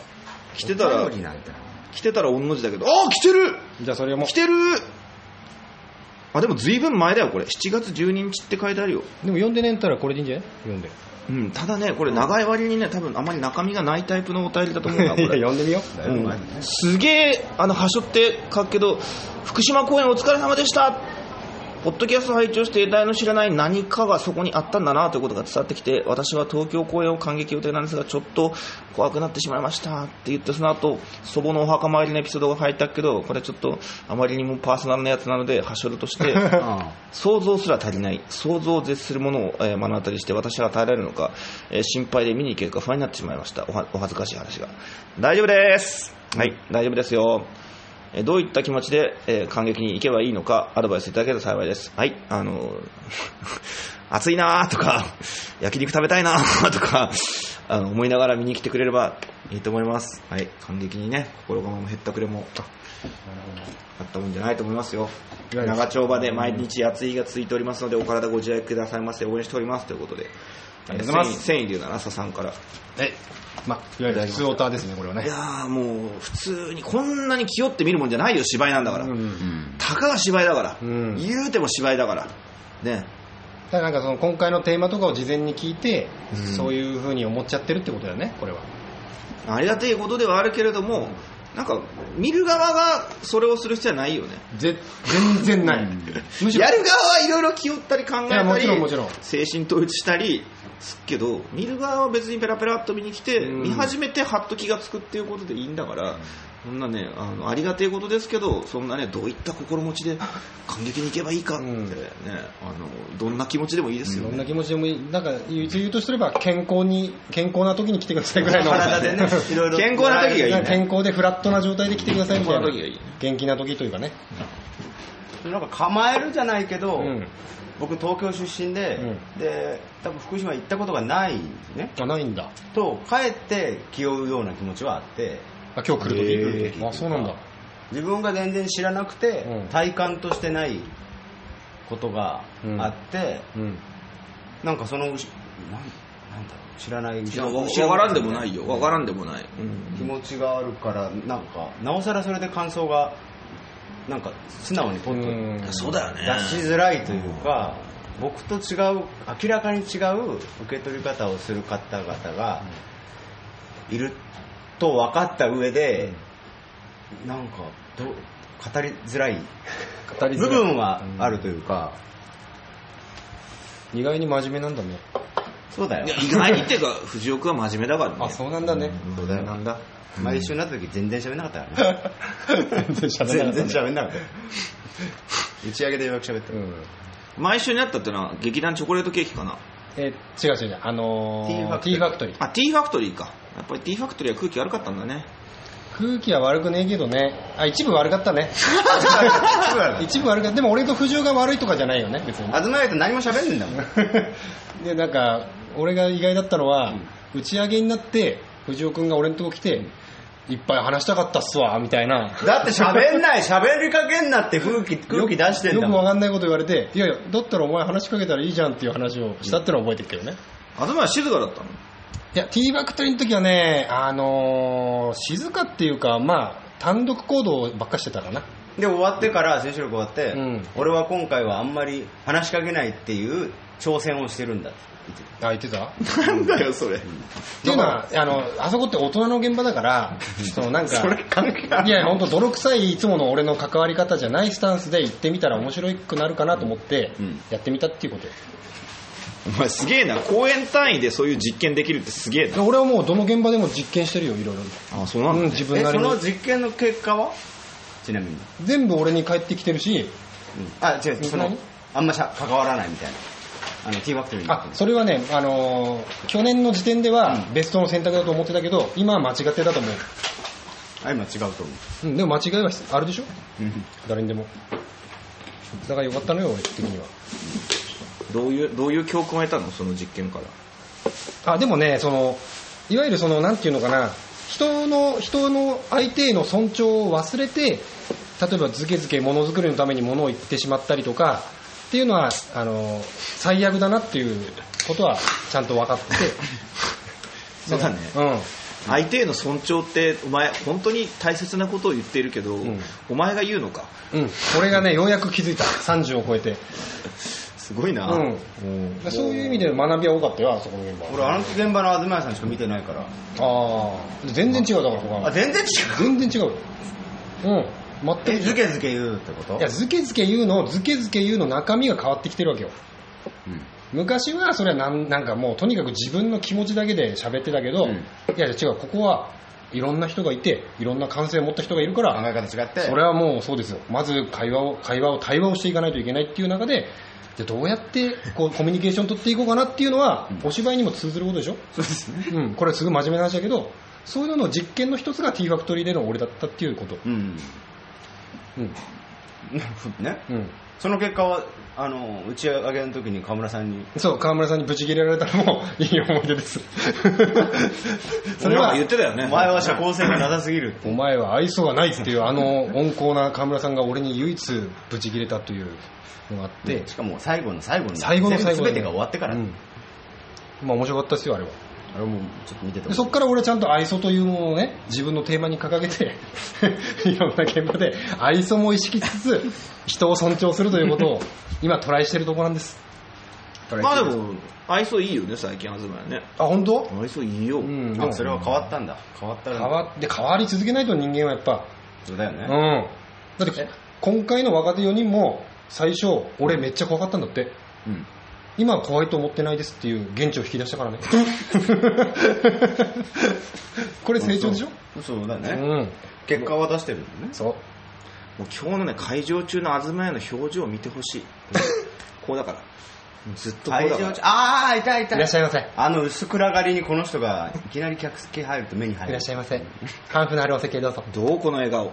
来てたら
お便りなんてな
来てたら御の字だけどああ来てる
じゃあそれも
来てるあでも随分前だよこれ7月12日って書いてあるよ
でも読んでねえんだったらこれでいいんじゃない読んで
うんただねこれ長い割にね多分あまり中身がないタイプのお便りだと思うなこ れ
んでみよ
だいぶ前だね
すげえあの端折って書くけど福島公演お疲れ様でしたポッドキャスト拝聴して得体の知らない何かがそこにあったんだなということが伝わってきて私は東京公演を感激予定なんですがちょっと怖くなってしまいましたって言ってその後祖母のお墓参りのエピソードが入ったけどこれちょっとあまりにもパーソナルなやつなので端折るとして想像すら足りない想像を絶するものを、えー目の当たりにして私は耐えられるのか、えー心配で見に行けるか不安になってしまいましたおはお恥ずかしい話が大丈夫ですはい大丈夫ですよえーどういった気持ちで、えー感激に行けばいいのかアドバイスいただけると幸いですはいあのー 暑いなーとか焼肉食べたいなーとかあの思いながら見に来てくれればいいと思いますはい感激にね心構えも減ったくれもああったもんじゃないと思いますよ
いわゆる
長丁場で毎日暑い日が続いておりますのでお体ご自愛くださいませ応援しておりますということで
ありがとうございます
繊維流な朝さんから
えまあいわゆる普通オタですねこれはいね
やーもう普通にこんなに気負って見るもんじゃないよ芝居なんだから、
うん
たかが芝居だから、
うん
言うても芝居だからね
だからなんかその今回のテーマとかを事前に聞いて、そういうふうに思っちゃってるってことだよねこれは
ありがたいことではあるけれどもなんか見る側がそれをする必要はないよね
ぜ全然ないむしろ
やる側はいろいろ気負ったり考え
いやも
た
ち
り
ろんもちろん
精神統一したりすっけど見る側は別にペラペラっと見に来て、
うん
見始めてはっと気がつくっていうことでいいんだから、そんなねあのありがてえことですけどそんなねどういった心持ちで感激に行けばいいかってね、
うん
あのどんな気持ちでもいいですよ
どん
ね、
な気持ちでもいいなんか言う言うとすれば健康に健康な時に来てくださいぐらいの
体でね、いろいろ。
健康な時がいいね
健康でフラットな状態で来てくださいみたいな
健康な時がいいね
元気な時というかね
なんか構えるじゃないけど、
うん
僕東京出身で、
う
で、多分福島行ったことがないんですね。
あないんだ
と、帰って気負うような気持ちはあって、
あ今日来る
へ
時
ー
あそうなんだ
自分が全然知らなくて、
うん
体感としてないことがあって、
うん
なんかそのうし、なんなんだろう、知らない
いやわわからんでもないよわからんでもない、
気持ちがあるから、なんか、なおさらそれで感想が、なんか、素直にポッと
うん
そうだよね
出しづらいというか、僕と違う明らかに違う受け取り方をする方々がいると分かった上で、なんかどう語りづらい
語りづ
部
らい
分はあるというか、
意外に真面目なんだね
そうだよ
いや意外にっていうか藤尾君は真面目だからね
あそうなんだね
そうだよ
なんだ
毎週になった時全然喋んなかったからね
全然喋らなかった
全然喋んなかったよ打ち上げでようやく喋った、
うん
毎週になったってのは劇団チョコレートケーキかな
え違う違う違うあの
T
ファクトリー
あ T ファクトリーかやっぱり T ファクトリーは空気悪かったんだね
空気は悪くねえけどねあ一部悪かったね一部悪かったでも俺と不条が悪いとかじゃないよね別に
東屋と何も喋んねえんだもん
でなんか俺が意外だったのは、打ち上げになって藤尾君が俺のとこ来て、いっぱい話したかったっすわみたいな
だって喋んない喋りかけんなって空気空気出してん
よ
だ
く
も
わ
ん
かんないこと言われていやいやだったらお前話しかけたらいいじゃんっていう話をしたってのは覚えてるけどね、
東は静かだったの
いや、ティーバクトリーの時はね、あのー静かっていうか、まあ、単独行動ばっかしてたかな。
で終わってから選手力終わって、
うん
俺は今回はあんまり話しかけないっていう挑戦をしてるんだって言ってた
あ、言ってたっ
なんだよそれ
ていうの は、あの、あそこって大人の現場だ から、そのなんか、
関係ない
いや、ほんと泥臭いいつもの俺の関わり方じゃないスタンスで行ってみたら面白くなるかなと思って
うん、
やってみたっていうことよ
お前すげえな公演単位でそういう実験できるってすげえ
で俺はもうどの現場でも実験してるよ、いろいろ。
なあそうなん
う
だ
ん、自分
え
な
そ
りに
の。実験の結果はちなみに、
全部俺に返ってきてるし、
あ違うその
何
あんましゃ関わらないみたいなあの T ファクトリー
あ
の
それはね、あのー去年の時点ではベストの選択だと思ってたけど、今は間違ってたと思う。
あ今違うと思
うん、でも間違いはあるでしょ
う
誰にでもだからよかったのよ俺的には
どういうどういう教訓を得たのその実験から
あでもねそのいわゆるそのなんていうのかな人の人の相手への尊重を忘れて例えばずけずけものづくりのためにものを言ってしまったりとかっていうのはあの最悪だなっていうことはちゃんと分かって
そうだね
うん
相手への尊重ってお前本当に大切なことを言っているけど、
ん
お前が言うのか
うん、俺がねようやく気づいた30を超えて、
すごいな、
うん、そういう意味で学びは多かったよあそこの現場
俺あの現場の東屋さんしか見てないから
ああ全然違うだから他の
あ全然違う
全然違うようん
え
全く
ずけずけ言うってこと
いやずけずけ言うのずけずけ言うの中身が変わってきてるわけよ
うん
昔はそれはなんなんかもうとにかく自分の気持ちだけで喋ってたけど、
うん
いやいや違うここはいろんな人がいていろんな感性を持った人がいるか
考
ら
え方違って
それはもうそうですよまず会話を会話を対話をしていかないといけないっていう中でじゃあどうやってこうコミュニケーション取っていこうかなっていうのは、お芝居にも通ずることでしょ
そうですね
うん、これすごい真面目な話だけどそういうのの実験の一つが T ファクトリーでの俺だったっていうこと、
うん
うん
なるほどね
うん、
その結果はあの打ち上げの時に河村さんに
そう川村さんにブチ切れられたのもいい思い出です それ
なん
は
か言ってたよね
お前は社交性がなさすぎるって
お前は愛想がないっていうあの温厚な川村さんが俺に唯一ブチ切れたというのがあって、
しかも最後の最後に
最後の最後
全部全てが終わってから、
うんまあ面白かったですよあれは
あれもうちょっと見てた
でそっから俺はちゃんと愛想というものをね自分のテーマに掲げて いろんな現場で愛 想も意識しつつ人を尊重するということを今トライしてるところなんです
れ
まあでも愛想いいよね最近東やね
あ本当
愛想いいよ、
うん
あそれは変わったんだ変わった
変
ら
わって変わり続けないと人間はやっぱ
そうだよ
う
ね、
んだって
え
今回の若手4人も最初俺めっちゃ怖かったんだって
うん
今は怖いと思ってないですっていう現地を引き出した からねこれ成長でしょ
そうだね、
うん
結果は出してるんだね
そう
もう今日のね会場中の東屋の表情を見てほしいこうだからずっとこう
愛
だか
情
ら
ああ痛い痛
い
い
らっしゃいませい
あの薄暗がりにこの人がいきなり客席入ると目に入る
らっしゃいませハンフのあるお席へどうぞ
どうこの笑顔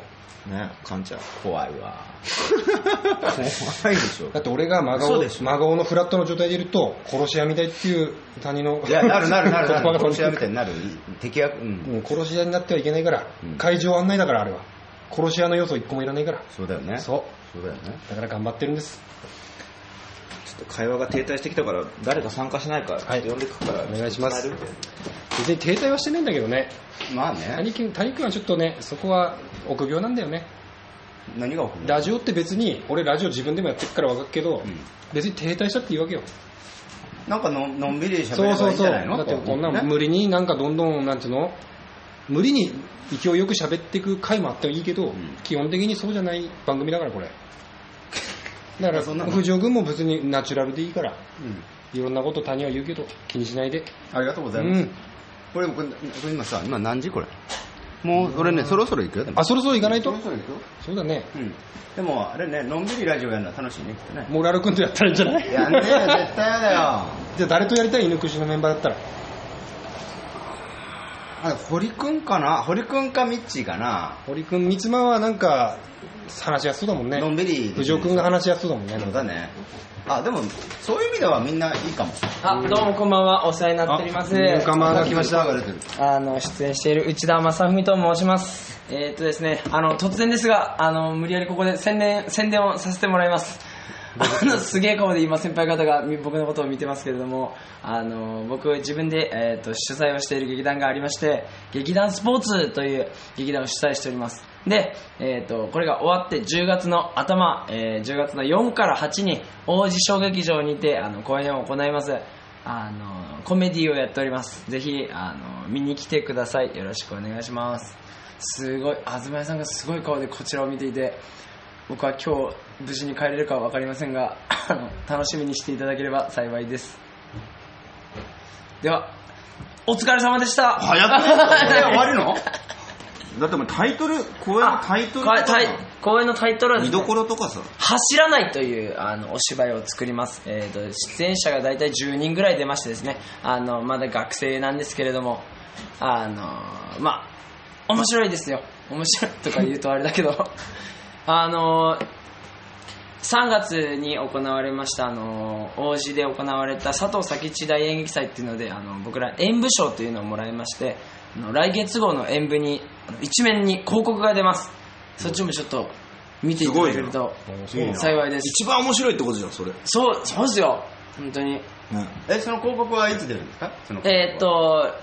ねかんちゃん
怖いわ怖いでしょ
だって俺が真
そう
顔
でしょ
真顔のフラットの状態でいると殺し屋みたいっていう他人の
いやなるなるな るな
言葉が
る
飛
殺
ん
し
で
屋
く
みたいになる敵役うん
もう殺し屋になってはいけないから、
うん
会場案内だからあれは殺し屋の要素一個もいらないから
そうだよねそう
そ
だよね
うだから頑張ってるんです
ちょっと会話が停滞してきたから誰か参加しないか、
はい
ちょっと呼んでくから
お願いします別に停滞はしてないんだけどね
まあね
谷君谷君はちょっとねそこは臆病なんだよね
何が起こる
ラジオって別に俺ラジオ自分でもやってるから分かるけど、
うん
別に停滞したっていいわけよ
なんかののんびり喋
そ
れ
うそ
ば
う
いいんじ
そう
ゃないの
だってこんな
ね
の無理になんかどんどんなんていうの無理に勢いよく喋っていく回もあってもいいけど、
ん
基本的にそうじゃない番組だから これだから
そんなの
藤尾君も別にナチュラルでいいから
うん
いろんなこと他人は言うけど気にしないで
ありがとうご
う
ざいます
ん
これこれこれ今さ今何時これもう俺ねそろそろ行くよでも
あそろそろ行かないと
そろそろ行くよ
そうだね
うんでもあれねのんびりラジオやるのは楽しいねきっとね
モラル君とやったらいいんじゃない
やんねえよ絶対やだよ
じゃあ誰とやりたい犬くじのメンバーだったら
あ堀くんかな堀くんかミッチーかな
堀君三つ間はなんか話しやすそうだもんね
のんびり
藤尾君が話しやすそうだもんね
そうだねあでもそういう意味ではみんないいかも
あ、どうもこんばんは。お世話になっております。
仲間が来ました
が出てる
あの、出演している内田正文と申します。えーっとですね、あの、突然ですが、あの、無理やりここで宣伝、宣伝をさせてもらいます。あの、すげえ顔で今先輩方がみ僕のことを見てますけれども、あの、僕自分で、えーっと、主催をしている劇団がありまして、劇団スポーツという劇団を主催しております。で、えーっと、これが終わって10月の頭、えー10月の4から8に、王子小劇場にて、あの、公演を行います。あのコメディをやっておりますぜひあの見に来てくださいよろしくお願いしますすごい東屋さんがすごい顔でこちらを見ていて僕は今日無事に帰れるかは分かりませんが あの楽しみにしていただければ幸いですではお疲れ様でした
早く
ね
終わるのだってもうタイトル公演のタイトルと
あ
か
これタイ公演のタイトルはで
見
すね
どころとかさ
走らないというあのお芝居を作ります、えー、と出演者が大体10人ぐらい出ましてですねあのまだ学生なんですけれどもあのまあ面白いですよ面白いとか言うとあれだけど あの3月に行われましたあの王子で行われた佐藤佐吉大演劇祭っていうのであの僕ら演舞賞というのをもらいましてあの来月号の演舞にあの一面に広告が出ますそっちもちょっと見ていただけると幸いです
一番面白いってことじゃんそれ、
そうそうですよ本当に
えその広告はいつ出るんですかその広告
えーっと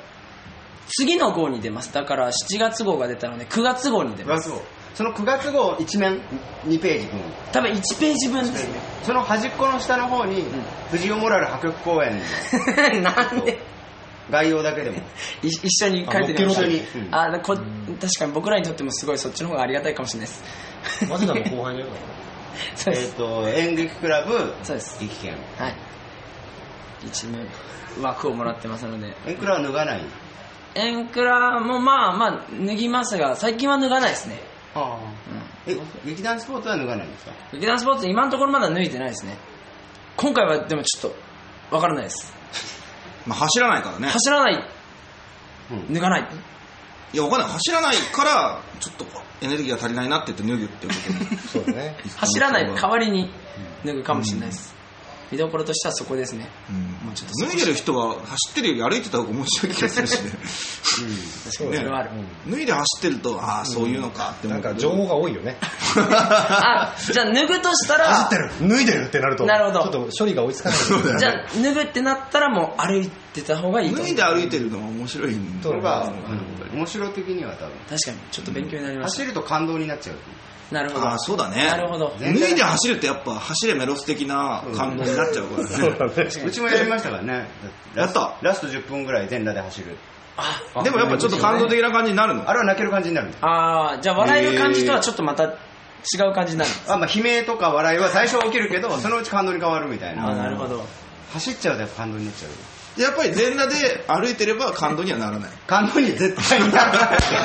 次の号に出ますだから7月号が出たので9月号に出
9
ます
月号その9月号一面2ページ分
多分1ページ分ですね
その端っこの下の方に、
ん
藤尾モラル破局公演の
なんで
概要だけでも
い一緒に書いてみ
あ乗っけろ
ました
一緒にうん
あのこ確かに僕らにとってもすごいそっちの方がありがたいかもしれないです
早稲田の後輩だよ
そうで
えっ
す、
と演劇クラブ
そうです
劇券
はい一面枠をもらってますので
演クラは脱がない
エンクラもまあまあ脱ぎますが最近は脱がないですね、
あ
うん
え劇団スポーツは脱がないんですか
劇団スポーツ今のところまだ脱いでないですね今回はでもちょっとわからないです
まあ、走らないからね
走らない
うん
脱がない
いやわかんない走らないからちょっとエネルギーが足りないなって言って脱ぐってこと
そうだね
走らない
うん
代わりに脱ぐかもしれないです見どころとしてはそこですね
うん脱いでる人は走ってるより歩いてた方が面白い気がするしね
確かにそれはある、
脱いで走ってるとああそういうのかって思
な
うんけど
か情報が多いよね
あじゃあ脱ぐとしたら
脱いでるってなると
なるほど
ちょっと処理が追いつかない
じゃあ脱ぐってなったらもう歩いってた方がいいと
脱
思う
いで歩いてるのが面白いんだ
それが
うん
面白的には多分
確かにちょっと勉強になりまし
走ると感動になっちゃう
たなるほど
ああそうだね
なるほど
脱いで走るってやっぱ走れメロス的な感動になっちゃう からね
うちもやりましたからね
やった
ラスト10分ぐらい全裸で走る
あ
でもやっぱちょっと感動的な感じになるの
あれは泣ける感じになる
あーじゃあ笑える感じとはちょっとまた違う感じになる
あ、まあ、悲鳴とか笑いは最初は起きるけどそのうち感動に変わるみたい
あー
な
なるほど
走っちゃうとやっぱ感動になっちゃう
やっぱり全裸で歩いてれば感動にはならない
感動に絶対になる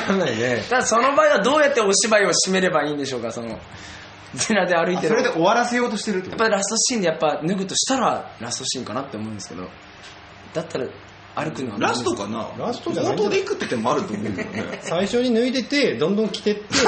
かなりね
ただその場合はどうやってお芝居を締めればいいんでしょうかそのゼラで歩い
あ
て
そ
る
れで
やっ
終わらせようとしてるってこと
ぱりラストシーンでやっぱ脱ぐとしたらラストシーンかなって思うんですけどだったら歩くのは
ラストかな
ラストじゃない
冒頭で行くって手もあると思うんだよね
最初に脱いでてどんどん着てって で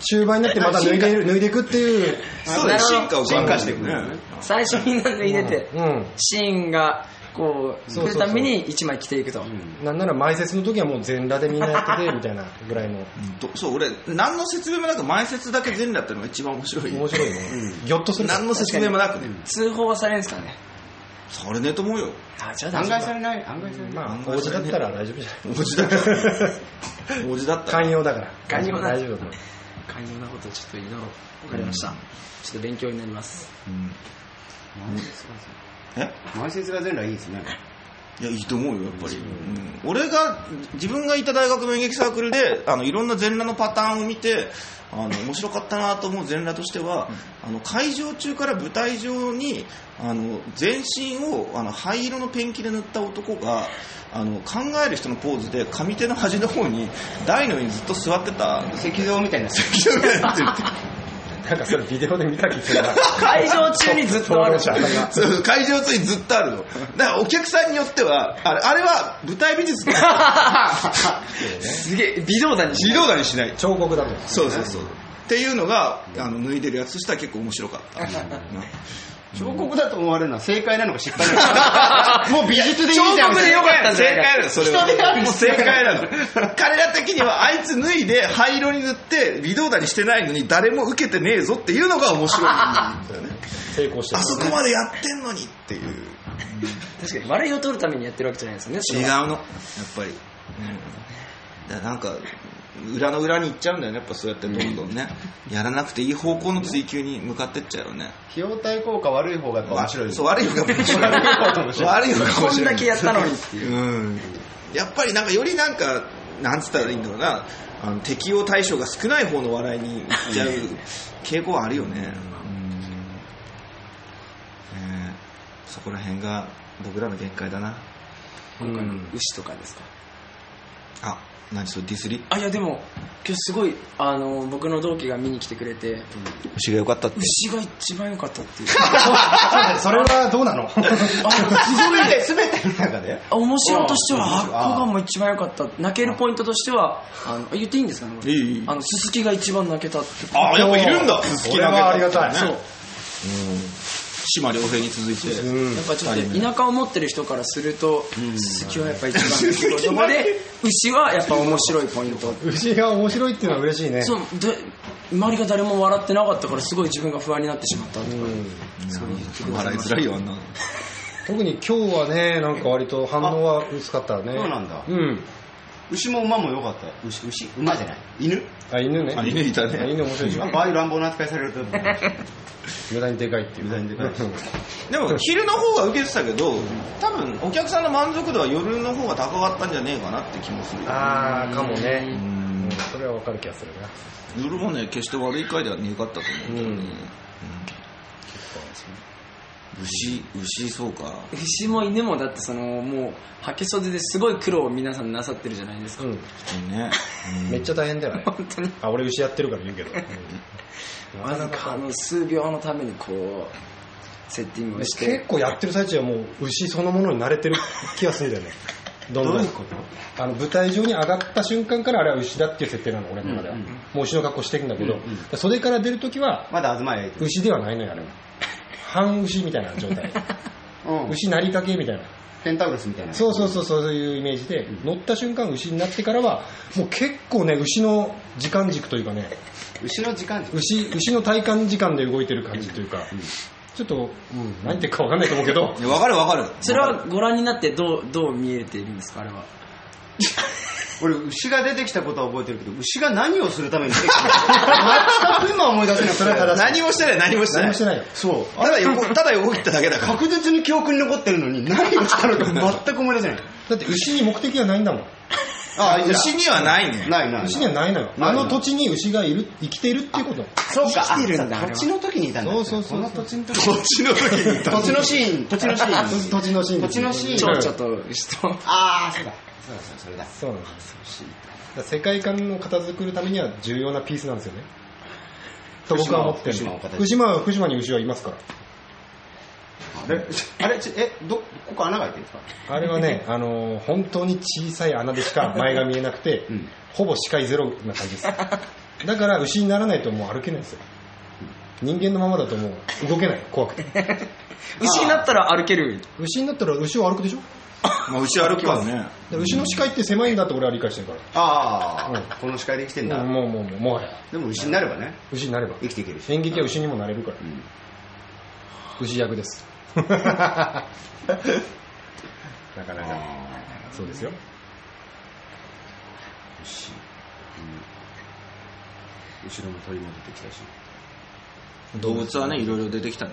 中盤になってまた脱い で脱いでいくっていう
そうだね
な
進
るほ
化
ど
を考える
進化していくね
最初に脱いでて、
うん
シーンがこう
そうそう
来る
そう
ために1枚着ていくと、
なんなら前説の時はもう全裸でみんなやっててみたいなぐらいの
どそう俺何の説明もなく前説だけ全裸ってのが一番面白い
面白いねギョッとする
何の説明もなくね
通報はされるんですかね
それねえと思うよ
あじゃあ大
案
丈
外
夫だ
されない案外されない、
まあ王子だったら大丈夫じゃない
王子だ ったら王子だったら
寛容だから
寛容だ
大丈夫だと思う
寛容なことをちょっと祈ろう分かりました、
うん
ちょっと勉強になります
うんえ
前説が全裸いいですね
いやいいと思うよやっぱり、うん俺が自分がいた大学の演劇サークルであのいろんな全裸のパターンを見てあの面白かったなと思う全裸としては、あの会場中から舞台上にあの全身をあの灰色のペンキで塗った男があの考える人のポーズで上手の端の方に台の上にずっと座って た
石像みたいな
なんかそれビデオで見た気が するな
会場中にずっ とあるじゃん
そう会場中にずっとあるのだからお客さんによってはあれあれは舞台美術
すげえ微動だにし
微
ない
動だにしない
彫刻だと
そうそうそう。っていうのが、あの、脱いでるやつとしては結構面白かった。
彫刻だと思われるのは正解なのか失敗なのかもう美術でいいじゃんみたいな
よかったんじゃな
正解な
いか
の、それは。
人である
もう正解なの。彼ら的には、あいつ脱いで、灰色に塗って、微動だにしてないのに、誰も受けてねえぞっていうのが面白いんだよね。
成功して
あそこまでやってんのにっていう。
確かに笑いを取るためにやってるわけじゃないですよ
違
ね
うの、やっぱり。だからなんか、裏の裏に行っちゃうんだよね、やっぱそうやってどんどんね。やらなくていい方向の追求に向かってっちゃうよね。
費用対効果悪い方がやっぱ面白い
そう、悪い方が面白い。悪い方が面白い。
こんだけやったのにっていう
うん、やっぱりなんかよりなんかなんつったらいいんだろうなあの適応対象が少ない方の笑いにいっちゃう傾向はあるよね、うんねえそこら辺が僕らの限界だな
今回の牛とかですか
あ何それディスり
あいやでも今日すごいあの僕の同期が見に来てくれて
牛が良かったって
牛が一番良かったってい う
それはどうなの
あ
すべての中で
面白としてはあっこがもう一番良かった泣けるポイントとしてはあの言っていいんですかねこれ
いいいい
あのすすきが一番泣けたって
あやっぱいるんだ
それはありがたい
そう
島良平に続いて
やっぱちょっと田舎を持ってる人からするとすすきはやっぱ一番 泣けるところで牛はやっぱ面白いポイント
牛が面白いっていうのは嬉しいね
そうで周りが誰も笑ってなかったからすごい自分が不安になってしまったとか
うん
そういう気分
笑いづらいよあんなの
特に今日はねなんか割と反応は薄かったね
そうなんだ
うん
牛も馬も良かった牛牛馬じゃない犬
あ犬ね
あ犬いたね
あ犬面白いでし
やっ
ょ
ぱああいう乱暴な扱いされると思う
無駄にでかいっていう
無駄にでかい
うん
でも昼の方は受けてたけど多分お客さんの満足度は夜の方が高かったんじゃねえかなって気もするよ
ああかも
う
ね
ん
それはわかる気がするな
夜もね決して悪い回ではねえかったと思うけどね、
うん
うん牛牛そうか
牛も犬もだってそのもうはけ袖ですごい苦労を皆さんなさってるじゃないですか、
う
ね、
んめっちゃ大変だ よね
本当に
あ俺牛やってるから言うけどうん
わずかの数秒のためにこうセッティングをし
結
て
構やってる最中はもう牛そのものに慣れてる気がするん だよねどんどんあの舞台上に上がった瞬間からあれは牛だっていう設定なの俺の中では、もう牛の格好してるんだけど、袖から出るときは
まだ東へ
牛ではないのよあれは半牛みたいな状 態
うん
牛なりかけみたいな
ペンタウロスみたいな
そうそうそうそういうイメージで、乗った瞬間牛になってからはもう結構ね牛の時間軸というかね
牛の時間軸
牛牛の体感時間で動いてる感じというか、ちょっと、うん、何言ってるか分かんないと思うけど、
いやわかるわかる。
それはご覧になってどうどう見えているんですかあれは
俺、牛が出てきたことは覚えてるけど、牛が何をするために出てきたのか全く今思い出せない。それは正しい
何もしてない、何もしてない。
何もしてないよ。
そう。
ただ横、ただ横切っただけだから。
確実に記憶に残ってるのに、何をしたのか全く思い出せない。
だって牛に目的がないんだもん。
あ、牛にはないね。
ないない。
牛にはないのよ。
な
あ
いの
の土地に牛がいる、生きているっていうこと。
そうか、
生きてるんだ
あ土地の時にいたんだ。
そうそうそう
この土地の時
土地の時にいた
土地のシーン、土地のシーン。
土地のシーンで
土
す
地のシーン。
蝶々と牛と
ああ、そうだ。そうだ、そうだそれだ。
そうなんです。だから世界観を片付くるためには重要なピースなんですよね。と僕は思ってる。
福
島
島は福島を片付ける
福島は福島に牛はいますから。
あれ、あれちえ、ど、ここ穴が開いてるんですか
あれはね、あのー本当に小さい穴でしか前が見えなく て、
うん
ほぼ視界ゼロな感じです。だから牛にならないともう歩けないんですよ。人間のままだともう動けない、怖くて。
牛になったら歩ける
牛になったら牛は歩くでしょ
まあ、牛歩くからね。
で牛の視界って狭いんだって俺は理解してるから。
あ
うん
あ、この視界で生きてんだ。
もうもうもう、もはや。
でも牛になればね、
牛になれば。
生きていけるし。
演劇は牛にもなれるから。
うん
牛役です。 なかなか。
あ
そうですよ。
ー牛。うん後ろも鳥も出てきたし。
動物はね、いろいろ出てきたね。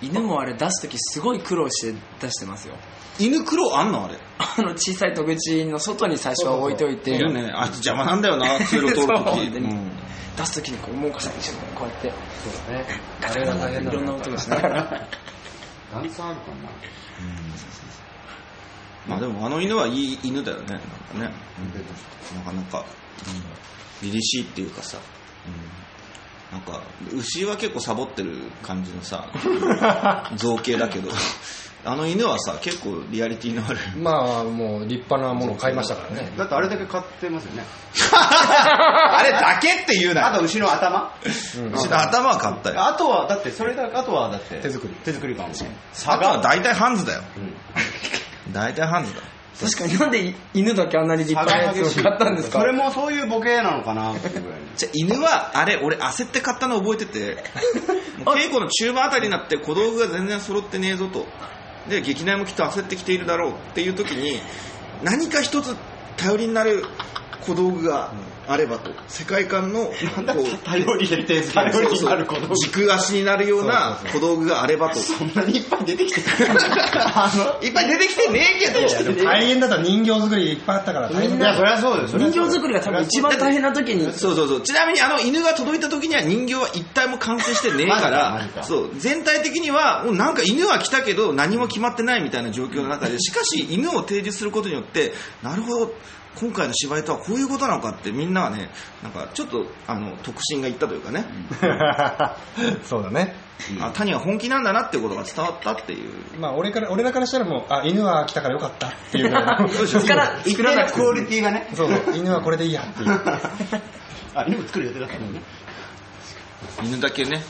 犬もあれ出す時すごい苦労して出してますよ
犬黒あんのあれ。
あの小さい戸口の外に最初は置いといて
いるね。あいつ邪魔なんだよな、通路通る
そう
とき。
本当に
うん
出す時にこうもうかさんにこうやって
そうだね。
ガタガタガタいろんな音が しながら
段差あるかな。
まあでも、あの犬はいい犬だよね。なんかね。なかなか、凛々しいっていうかさ。なんか、牛は結構サボってる感じのさ、造形だけど、あの犬はさ、結構リアリティのある。
まあ、もう立派なものを買いましたからね。
だってあれだけ買ってますよね。
あれだけって言うな
あと
よ。
牛の頭。
牛の頭は買ったよ。
あとは、だってそれだけ、あとはだって。
手作り
手作りかもしれない。
あとは大体ハンズだよ。大体ハンズだ。
確かになんで犬だけあんなに立
差
派な
が
や
激し
つ
い
を買ったん ですか
それもそういうボケなのかなっていうぐらいの
じゃあ犬は、あれ、俺焦って買ったの覚えてて、もう稽古の中盤あたりになって小道具が全然揃ってねえぞと。で、劇団もきっと焦ってきているだろうっていう時に、何か一つ頼りになる小道具があればと。世界観の、こう、
頼りに定頼りになること
軸足になるような小道具があればと。
そんなにいっぱい出てきてる あの
いっぱい出てきてねえけど、
大変だった人形作りいっぱいあったから大変
い
だ
やそ
よ。
りゃそうです
人形作りが多分一番大変な時に
そうそうそう。ちなみにあの犬が届いた時には人形は一体も完成してねえか、
マジかマジから
そう、全体的には、もうなんか犬は来たけど何も決まってないみたいな状況の中で、しかし犬を提示することによって、なるほど、今回の芝居とはこういうことなのかってみんなはね、なんかちょっと、あの、特進がいったというかね、
そうだね。
あ、谷は本気なんだなってことが伝わったっていう。
まあ、俺から、俺らからしたらもう、あ、犬は来たからよかったっていうぐらい の
そうでしょ
だから
一
作ら
定
な
の
くて
クオリティが ね
そうそう、犬はこれでいいやっていう。
あ犬も作る予定だったもんね
犬だけね、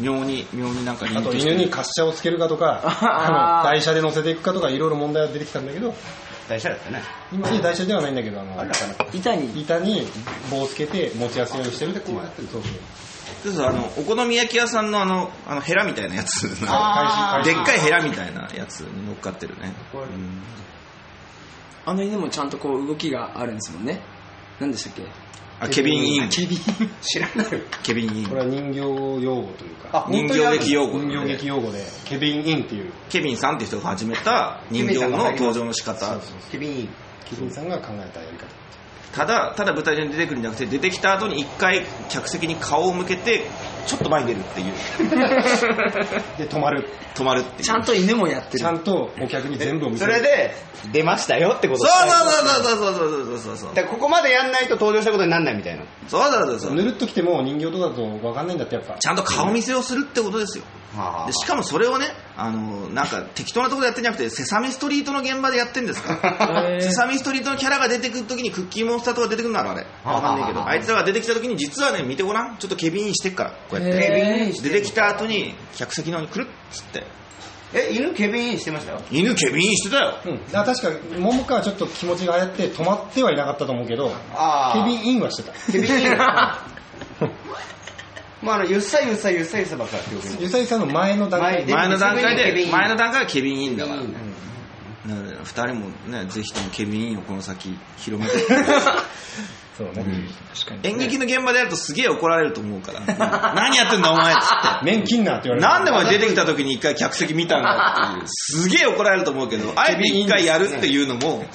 妙に、妙になんか人
あと
気して
犬に滑車をつけるかとか、
あ
あの台車で乗せていくかとか、いろいろ問題が出てきたんだけど、
大事だったね
今いい台車ではないんだけど、あの
あれだから
板に
板に棒をつけて持ちやすいようにしてるってこうやってる。そうそう。
そうそうあの、お好み焼き屋さんのあの、あの、ヘラみたいなやつ。
あー
でっかいヘラみたいなやつに乗っかってるね。
あの犬もちゃんとこう動きがあるんですもんね何でしたっけ
あ、ケビン・イン。
ケビン
知らない
ケビン・イ
こ
ン
れ。は人形用語という
あ
か、
人形劇用語
人形劇用語で、ケビンインっていう、
ケビンさんって人が始めた人形の登場の仕方。
ケビン
キリンさんが考えたやり方。
ただ、ただ舞台上に出てくるんじゃなくて、出てきた後に一回客席に顔を向けて、ちょっと前に出るっていう。
で、止まる。
止まるっていう。
ちゃんと犬もやって
ち
る
ゃんとお客に全部を見せ
そ
る。
れで出ましたよってこと
そうそうそうそうそうそうそうそう。
だからここまでやんないと登場したことになんないみたいな
そうそうそうそう。
ぬるっときても人形とかだと分かんないんだってやっぱ。
ちゃんと顔見せをするってことですよ。
は
でしかもそれをね、あのなんか適当なところでやってんじゃなくて、セサミストリートの現場でやってんですから、セサミストリートのキャラが出てくるときにクッキーモンスターとか出てくるんだろ、あれ。
あ
わかんないけ
あ
ど、あいつらが出てきたときに、実はね、見てごらん、ちょっとケビンインしてっから、こうやって。
へー
出てきた後に、客席の方にくるっつって、
え犬ケビンインしてましたよ
犬ケビンインしてたよ。
うん、あ確か桃川はちょっと気持ちが流行って止まってはいなかったと思うけどケ
あー
ビンインはしてた
ケビンインまあ、あの、ゆっさゆっさゆっさゆっさばっかりって
ゆさゆさの前の段階で
前の段階
ケビンイ
で、
ン
前の段階はケビンインだから。
うん
なので二人もね、ぜひともケビンインをこの先広め て。
そうね、
演劇の現場でやるとすげえ怒られると思うから。何やってんだお前っつって。
面切んなって言われる
なんでお前出てきた時に一回客席見たんだっていう。すげえ怒られると思うけど、あえて一回やるっていうのも、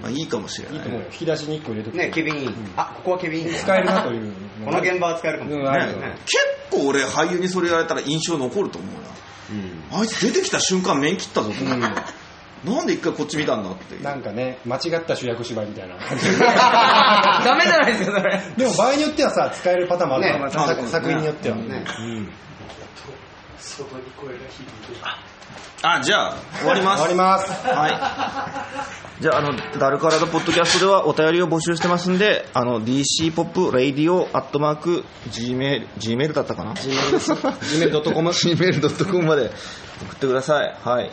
まあいいかもしれ
いい
な
と
い。
思うよ引き出しに1個入れとく
ね、ケビンイン。あ、ここはケビンイン。
使えるなという
この現場は使えるかもしれ
うんあ
な
る
い。
よ
ね
結構俺俳優にそれ言われたら印象残ると思うな。あいつ出てきた瞬間面切ったぞと思って。なんで一回こっち見たんだっていう。
なんかね間違った主役芝居みたいな感じ
ダメじゃないですか、それ。
でも場合によってはさ使えるパターンもあるから
ね
な作作品によっては
ね
うん
外に声が響いてる。
あ、じゃあ、終わります。
終わります
はい。じゃあ、あの、ダルカラドポッドキャストではお便りを募集してますんで、あの、dcpopradio.gmail、gmail だったかな ?gmail.com。gmail.com まで 送ってください。はい。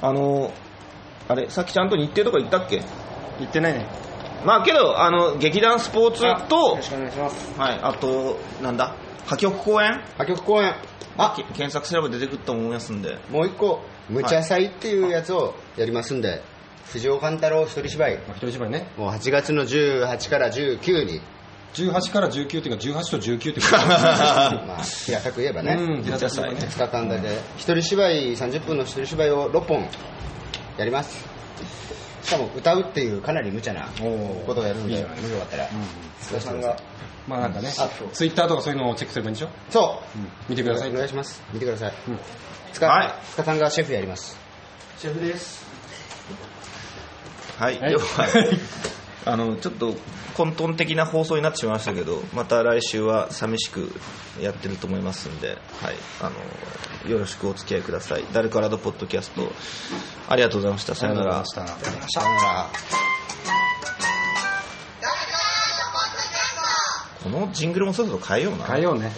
あの、あれ、さっきちゃんと日程とか言ったっけ
言ってないね
まあけど、あの、劇団スポーツ
よ
と
ろ、しくお願いします。
はい、あと、なんだ、破局公演
破局公演。
あ検索すれば出てくると思いますんで。
もう一個、無茶祭っていうやつをやりますんで、藤岡勘太郎一人芝居、
まあ一人芝居ね
もう8月の18から19に、
18から19っていうか18と19っていうか
まあ、平たく言えばね、
うん
言ってくださいね
2日間だけ、一人芝居、30分の一人芝居を6本やります。しかも歌うっていうかなり無茶なことをやるんで、
いいじゃ
も
ない
しよかったら、ご視聴ください
まあなんかね
あそう
ツイッターとかそういうのをチェックすればいいんでしょ
そ
見て
う、
ください
お願いします。見てください。
うん
塚
はい
塚さんがシェフやります。
シェフです。
はい、
はい
では あのちょっと混沌的な放送になってしまいましたけどまた来週は寂しくやってると思いますんで、はい、あのよろしくお付き合いください「ダルカラドポッドキャスト」ありがとうございましたさよなら。
さよなら
さよなら
このジングルもそろそろ変えような
変えようね、